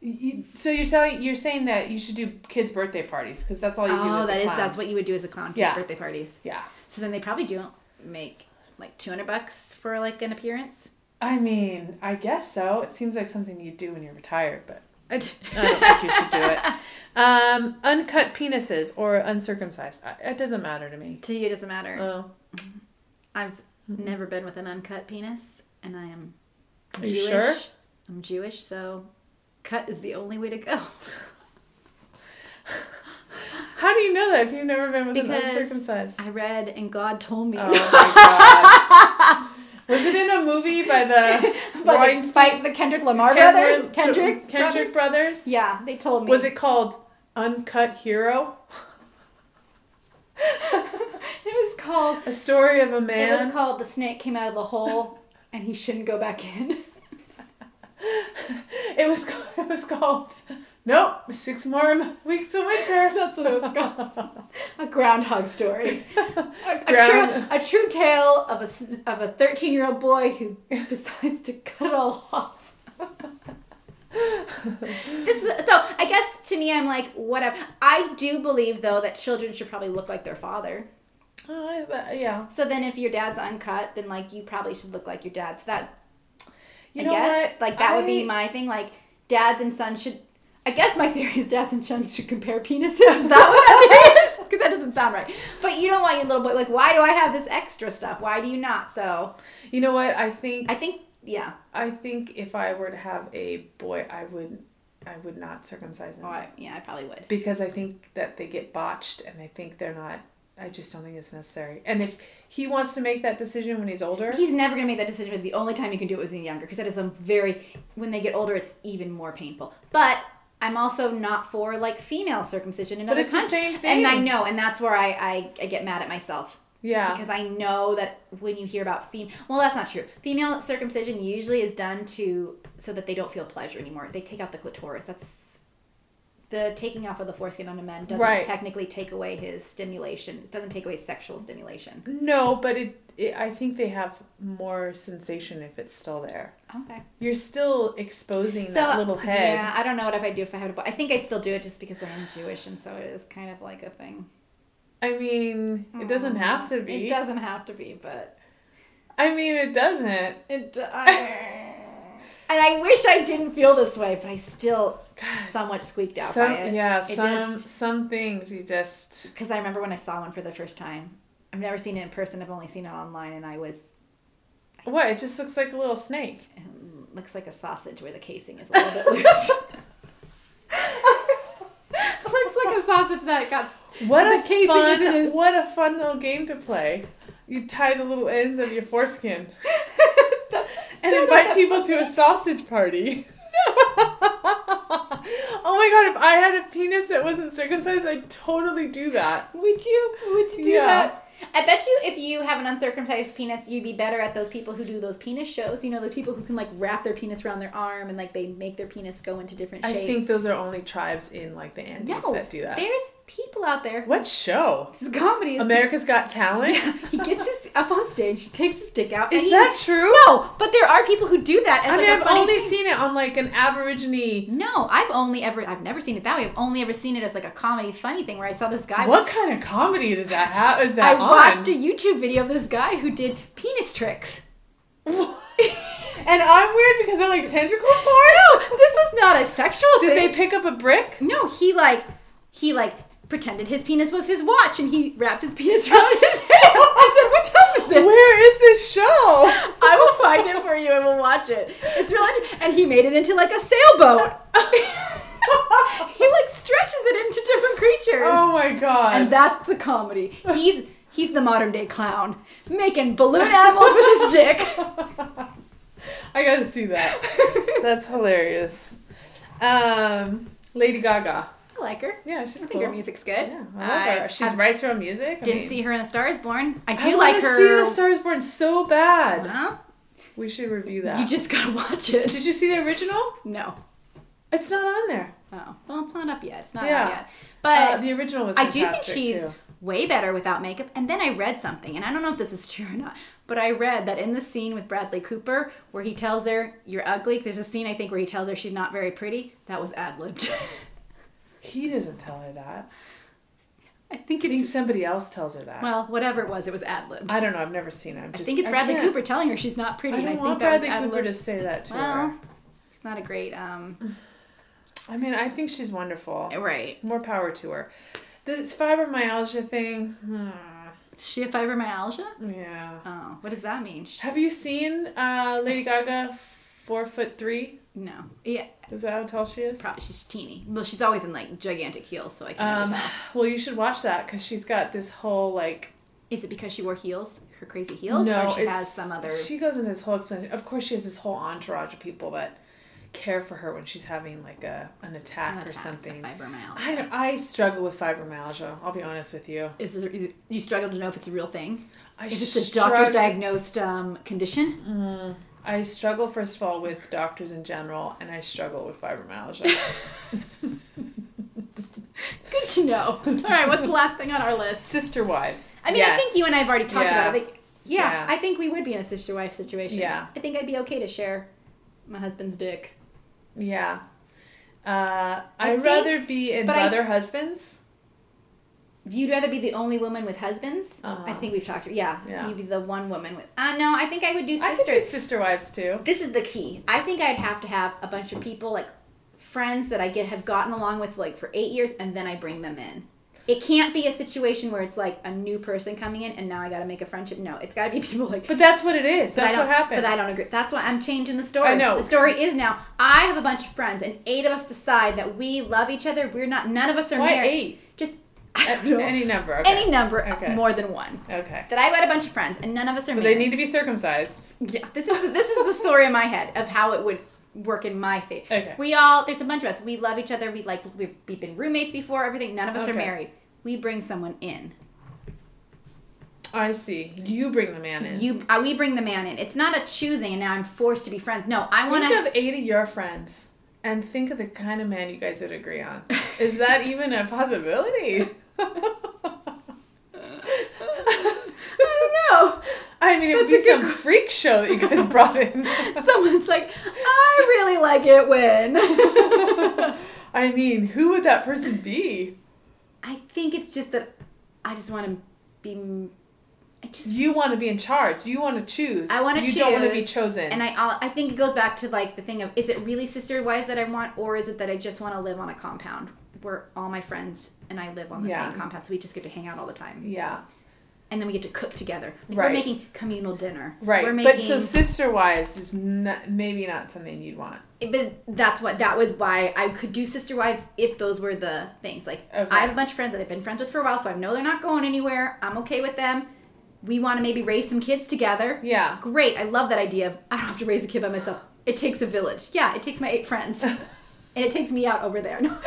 B: You, so you're telling you're saying that you should do kids' birthday parties because that's all you do.
A: oh,
B: as
A: that
B: a
A: is
B: clown.
A: that's what you would do as a clown kids'
B: Yeah.
A: birthday parties.
B: Yeah,
A: So then they probably do make like 200 bucks for like an appearance.
B: I mean, I guess so. It seems like something you do when you're retired, but I don't think you should do it. Um, uncut penises or uncircumcised. I- It doesn't matter to me.
A: to you, it doesn't matter.
B: Oh,
A: I've
B: mm-hmm.
A: never been with an uncut penis, and I am
B: Are you
A: Jewish.
B: sure?
A: I'm Jewish, so cut is the only way to go.
B: how do you know that if you've never been with
A: Because
B: an uncircumcised?
A: I read, and God told me.
B: Oh my god! Was it in a movie by the
A: by, the,
B: Weinstein-
A: by the Kendrick Lamar
B: Kendrick,
A: brothers, Kendrick,
B: Kendrick
A: brothers?
B: Brothers.
A: Yeah, they told me.
B: Was it called Uncut Hero?
A: It was called.
B: A story of a man.
A: It was called "The Snake Came Out of the Hole," and he shouldn't go back in.
B: it was called. It was called. Nope, six more m- weeks to winter.
A: That's what it was called. A groundhog story. a,
B: Ground-
A: true, a true tale of a s- of a thirteen year old boy who decides to cut it all off. this is, so I guess to me I'm like whatever. I do believe though that children should probably look like their father.
B: Oh, I- that- yeah.
A: So then if your dad's uncut, then like you probably should look like your dad. So that
B: You
A: I
B: know
A: guess
B: what?
A: like that would be
B: I-
A: my thing. Like dads and sons should. I guess my theory is dads and sons should compare penises. Is that what that theory is? Because that doesn't sound right. But you don't want your little boy like, why do I have this extra stuff? Why do you not? So
B: You know what? I think
A: I think yeah.
B: I think if I were to have a boy, I would I would not circumcise him
A: Oh, I, yeah, I probably would.
B: because I think that they get botched and I think they're not. I just don't think it's necessary. And if he wants to make that decision when he's older,
A: He's never gonna make that decision. But the only time you can do it was when he's younger, because that is a very. When they get older, it's even more painful. But I'm also not for like female circumcision in
B: But
A: other
B: it's the
A: countries.
B: same
A: And I
B: thing.
A: know, and that's where I, I, I get mad at myself
B: yeah,
A: because I know that when you hear about female, well, that's not true. Female circumcision usually is done to so that they don't feel pleasure anymore. They take out the clitoris. That's the taking off of the foreskin on a man doesn't
B: Right.
A: technically take away his stimulation. It doesn't take away sexual stimulation.
B: no, but it, it. I think they have more sensation if it's still there.
A: Okay.
B: You're still exposing that little head.
A: yeah, I don't know what if I do if I had a boy. I think I'd still do it just because I am Jewish, and so it is kind of like a thing.
B: I mean, it doesn't have to be.
A: Mm. It doesn't have to be, but
B: I mean, it doesn't.
A: It, I, and I wish I didn't feel this way, but I still somewhat squeaked out
B: Some,
A: by it.
B: yeah,
A: It
B: some
A: just-
B: some things you just
A: Because I remember when I saw one for the first time. I've never seen it in person. I've only seen it online, and I was
B: what it just looks like a little snake.
A: um, looks like a sausage where the casing is a little bit loose. it looks like a sausage that got.
B: What
A: The
B: a
A: casing
B: fun
A: isn't as-
B: what a fun little game to play. You tie the little ends of your foreskin and invite people to a sausage party. oh my god! If I had a penis that wasn't circumcised, I'd totally do that.
A: Would you? Would you do
B: Yeah.
A: that? I bet you if you have an uncircumcised penis, you'd be better at those people who do those penis shows. You know, those people who can like wrap their penis around their arm and like they make their penis go into different
B: I
A: shapes.
B: think those are only tribes in like the Andes
A: no,
B: that do that.
A: there's people out there.
B: What show?
A: This is comedy. Is
B: America's Got Talent.
A: he gets his up on stage, he takes his dick out, and
B: Is
A: he,
B: that true?
A: no. But there are people who do that. As
B: I mean,
A: like a
B: I've
A: funny
B: only
A: thing.
B: seen it on like an Aborigine.
A: No, I've only ever I've never seen it that way. I've only ever seen it as like a comedy funny thing where I saw this guy.
B: what kind of comedy does that have? Is
A: I
B: that on?
A: watched a YouTube video of this guy who did penis tricks.
B: and I'm weird because I like tentacle porn.
A: No, this was not a sexual
B: Did
A: thing.
B: they pick up a brick?
A: No, he like he like pretended his penis was his watch and he wrapped his penis around his head. I said, "What time is it?"
B: Where is this show?
A: I will find it for you and we'll watch it. It's real, inter- and he made it into like a sailboat. he like stretches it into different creatures,
B: Oh my god.
A: and that's the comedy. He's he's the modern day clown making balloon animals with his dick.
B: I gotta see that. That's hilarious. Um, Lady Gaga.
A: I like her.
B: Yeah,
A: I
B: she's
A: think
B: cool.
A: her music's good.
B: Yeah, I love her. She
A: have-
B: writes her own music. I
A: didn't
B: mean,
A: see her in A Star Is Born. I
B: I
A: do like
B: wanna
A: her.
B: see The Stars Born so bad.
A: Huh?
B: We should review that.
A: You just gotta watch it.
B: Did you see the original?
A: No.
B: It's not on there.
A: Oh. Well, it's not up yet. It's not
B: Yeah.
A: up yet. But
B: Uh, the original was.
A: I do think
B: fantastic,
A: she's
B: too.
A: way better without makeup. And then I read something, and I don't know if this is true or not, but I read that in the scene with Bradley Cooper where he tells her, You're ugly, there's a scene I think where he tells her she's not very pretty. That was ad libbed.
B: He doesn't tell her that.
A: I think
B: I think
A: it's.
B: somebody else tells her that.
A: Well, whatever it was, it was ad libbed. I,
B: I don't know. I've never seen it. I'm just,
A: think it's Bradley
B: can't-
A: Cooper telling her she's not pretty.
B: I don't
A: and I
B: want
A: think that
B: Bradley
A: was ad
B: Cooper to
A: libbed.
B: say that to
A: Well,
B: her.
A: it's not a great. um
B: I mean, I think she's wonderful.
A: Right.
B: More power to her. This fibromyalgia thing. hmm,
A: She have fibromyalgia?
B: yeah.
A: Oh, what does that mean? Sh-
B: Have you seen uh, Lady Gaga? Four foot three.
A: No. Yeah,
B: Is that how tall she is?
A: probably she's teeny. Well, she's always in like gigantic heels, so I can never
B: Um,
A: tell.
B: well, you should watch that because she's got this whole like
A: Is it because she wore heels? Her crazy heels? or she
B: it's-
A: has some other
B: She goes into this whole explanation. Of course, she has this whole entourage of people that care for her when she's having like a an attack,
A: attack
B: or something.
A: Fibromyalgia.
B: I don't- I struggle with fibromyalgia. I'll be honest with you.
A: Is it, is it, you struggle to know if it's a real thing?
B: I
A: Is this a doctor's
B: strugg-
A: diagnosed um, condition?
B: I struggle first of all with doctors in general, and I struggle with fibromyalgia.
A: Good you know. All right, what's the last thing on our list?
B: Sister wives.
A: I mean, I think you and I have already talked
B: Yeah.
A: about it. Like, yeah,
B: Yeah.
A: I think we would be in a sister wife situation.
B: Yeah.
A: I think I'd be okay to share my husband's dick.
B: Yeah. Uh,
A: I
B: I'd
A: think-
B: rather be in
A: but I-
B: brother husbands.
A: If you'd rather be the only woman with husbands,
B: Uh-huh.
A: I think we've talked. Yeah,
B: Yeah.
A: you'd be the one woman with. Uh, no, I think I would do
B: I could do
A: sisters.
B: sister wives too.
A: this is the key. I think I'd have to have a bunch of people like friends that I get have gotten along with like for eight years, and then I bring them in. It can't be a situation where it's like a new person coming in, and now I got to make a friendship. No, it's got to be people like
B: But that's what it is.
A: But I
B: That's what
A: don't-
B: happens.
A: But I don't agree. That's why I'm changing the story.
B: I know.
A: The story is now I have a bunch of friends, and eight of us decide that we love each other. We're not. None of us are
B: Why
A: married.
B: eight?
A: Just I
B: A-
A: don't know.
B: Any number. Okay.
A: Any number uh,
B: Okay.
A: more than one.
B: Okay.
A: That I've got a bunch of friends, and none of us are
B: But they
A: married.
B: need to be circumcised.
A: yeah. This is the, this is the story in my head of how it would work in my favor.
B: Okay.
A: We all there's a bunch of us. We love each other. We like we've, we've been roommates before. Everything. None of us are
B: Okay.
A: married. We bring someone in.
B: I see. You bring the man in.
A: You, uh, we bring the man in. It's not a choosing, and now I'm forced to be friends. No, I want
B: think of eight of your friends and think of the kind of man you guys would agree on. Is that even a possibility?
A: I don't know.
B: I mean, it would
A: That's
B: be
A: a good
B: some freak show that you guys brought in.
A: Someone's like, I really like it when.
B: I mean, who would that person be?
A: I think it's just that I just want to be. I just
B: You want to be in charge. You want to choose.
A: I wanna
B: to You don't want to be
A: choose,
B: chosen.
A: and I I'll- I think it goes back to like the thing of is it really sister wives that I want or is it that I just want to live on a compound where all my friends and I live on the
B: Yeah.
A: same compound so we just get to hang out all the time
B: yeah,
A: and then we get to cook together. Like, We're
B: Right.
A: making communal dinner.
B: right.
A: We're making,
B: But so sister wives is not, maybe not something you'd want.
A: but that's what that was why I could do sister wives if those were the things. Like
B: Okay.
A: I have a bunch of friends that I've been friends with for a while, so I know they're not going anywhere. I'm okay with them. We want to maybe raise some kids together.
B: Yeah.
A: Great, I love that idea. I don't have to raise a kid by myself. It takes a village. Yeah, it takes my eight friends. and it takes me out over there. No.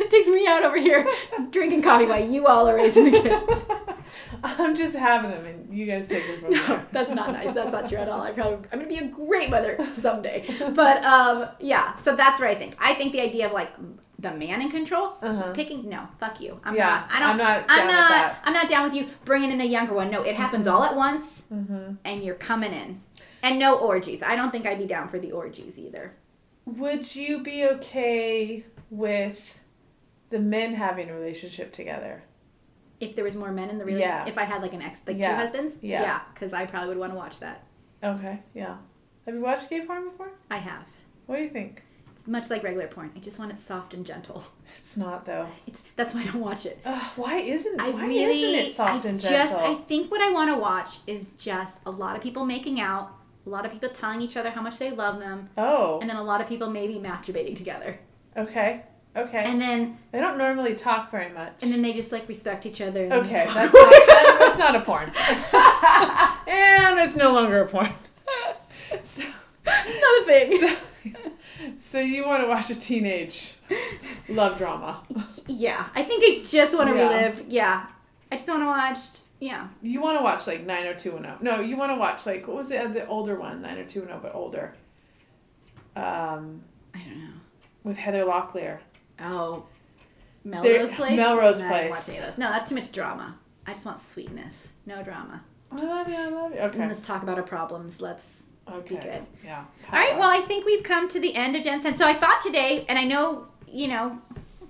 A: it takes me out over here drinking coffee while you all are raising the kid.
B: I'm just having them, and you guys take it from
A: No,
B: there.
A: that's not nice. That's not true at all. I probably I'm gonna be a great mother someday. But um, yeah, so that's what I think. I think the idea of like the man in control,
B: Uh-huh.
A: picking no, fuck you. I'm
B: Yeah,
A: not. I don't.
B: I'm not
A: I'm
B: down with
A: not.
B: that.
A: I'm not down with you bringing in a younger one. No, it happens all at once,
B: Mhm.
A: and you're coming in, and no orgies. I don't think I'd be down for the orgies either.
B: Would you be okay with the men having a relationship together?
A: If there was more men in the relationship,
B: Yeah.
A: if I had like an ex, like two
B: Yeah.
A: husbands,
B: Yeah.
A: yeah, because I probably would want to watch that.
B: Okay, yeah. Have you watched gay porn before?
A: I have.
B: What do you think?
A: It's much like regular porn. I just want it soft and gentle.
B: It's not though.
A: It's that's why I don't watch it.
B: Ugh, why isn't?
A: I
B: why
A: really
B: isn't it soft
A: I
B: and gentle?
A: just I think what I want to watch is just a lot of people making out, a lot of people telling each other how much they love them,
B: oh,
A: and then a lot of people maybe masturbating together.
B: okay, okay.
A: And then
B: they don't normally talk very much.
A: and then they just like respect each other. And
B: okay, that's not, that- that's not a porn, and it's no longer a porn. so,
A: not a thing.
B: so, so you want to watch a teenage love drama?
A: yeah, I think I just want to
B: Yeah.
A: relive. Yeah, I just want to watch. Yeah,
B: You want to watch like 90210. No, you want to watch like what was the the older one? 90210 but older. Um
A: I don't know.
B: with Heather Locklear.
A: Oh, Melrose Place.
B: Melrose
A: no, I don't watch
B: Place.
A: any of those. No, that's too much drama. I just want sweetness, no drama.
B: I love you. I love you. Okay.
A: Let's talk about our problems. Let's
B: Okay.
A: good.
B: Yeah.
A: All right. Well, I think we've come to the end of Gen Sen. So I thought today, and I know you know,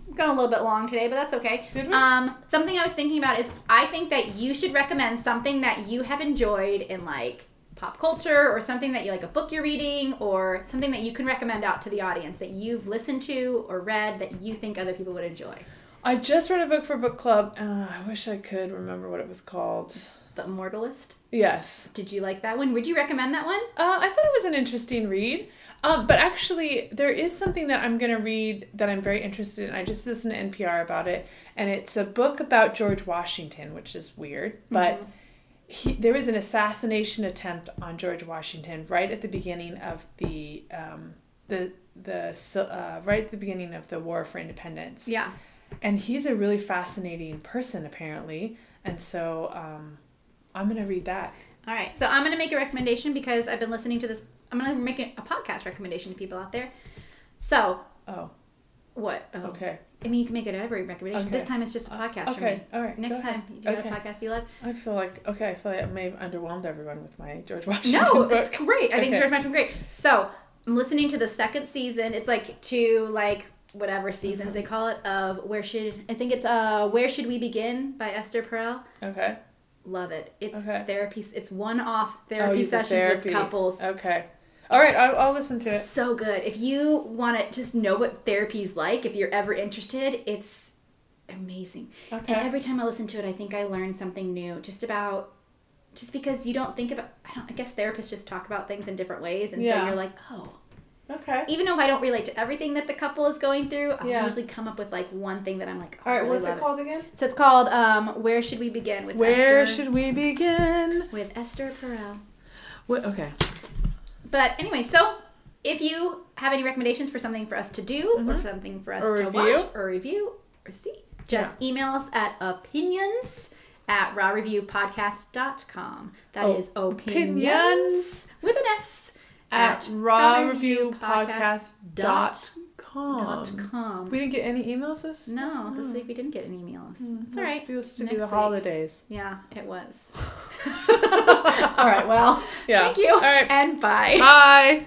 A: I'm going a little bit long today, but that's okay.
B: Did we?
A: Um, something I was thinking about is I think that you should recommend something that you have enjoyed in like pop culture or something that you like a book you're reading or something that you can recommend out to the audience that you've listened to or read that you think other people would enjoy.
B: I just read a book for book club. Uh, I wish I could remember what it was called.
A: The Immortalist.
B: Yes.
A: Did you like that one? Would you recommend that one?
B: Uh, I thought it was an interesting read. Um, but actually, there is something that I'm going to read that I'm very interested in. I just listened to NPR about it, and it's a book about George Washington, which is weird,
A: Mm-hmm.
B: but he, there was an assassination attempt on George Washington right at the beginning of the um, the the si- uh, right at the beginning of the War for Independence
A: Yeah.
B: and he's a really fascinating person apparently and so um, i'm gonna read that
A: All right, so I'm going to make a recommendation because I've been listening to this. I'm going to make a a podcast recommendation to people out there. So
B: oh
A: What? Oh.
B: Okay.
A: I mean, you can make it every recommendation.
B: Okay.
A: This time it's just a podcast for
B: Okay.
A: me.
B: All right.
A: Next
B: go ahead.
A: time, you do you have a
B: Okay.
A: podcast you love?
B: I feel like okay. I feel like I may have underwhelmed everyone with my George Washington
A: No,
B: book.
A: it's great. I think
B: Okay.
A: George Martin great. So I'm listening to the second season. It's like two like whatever seasons
B: Mm-hmm.
A: they call it of where should I think it's uh where should we begin by Esther Perel.
B: Okay.
A: Love it. It's
B: Okay.
A: therapy. It's one off
B: Oh,
A: therapy
B: you did
A: sessions
B: therapy.
A: with couples.
B: Okay. All right. I'll, I'll listen to it.
A: So good. If you want to just know what therapy's like, if you're ever interested, it's amazing.
B: Okay.
A: And every time I listen to it, I think I learn something new just about just because you don't think about I don't I guess therapists just talk about things in different ways and
B: Yeah.
A: so you're like, "Oh,
B: Okay.
A: even though I don't relate to everything that the couple is going through, I
B: Yeah.
A: will usually come up with like one thing that I'm like, oh,
B: All
A: I
B: right.
A: really
B: What's
A: love
B: it called again?
A: So it's called um, "Where Should We Begin" with
B: Where
A: Esther,
B: should we begin?
A: with Esther Perel.
B: What, okay.
A: But anyway, so if you have any recommendations for something for us to do Mm-hmm. or
B: Mhm.
A: something for us
B: Or
A: to
B: review.
A: watch or review or see, just email us at opinions at rawreviewpodcast.com. That
B: Oh,
A: is opinions,
B: Opinions
A: with an S
B: at rawreviewpodcast.com.
A: rawreviewpodcast.com.
B: We didn't get any emails this.
A: No, this
B: Oh.
A: week we didn't get any emails. it's
B: That's
A: all right.
B: Supposed to
A: Next
B: be the
A: week.
B: holidays.
A: Yeah, it was. all right. Well,
B: Yeah.
A: thank you.
B: All right.
A: And bye.
B: Bye.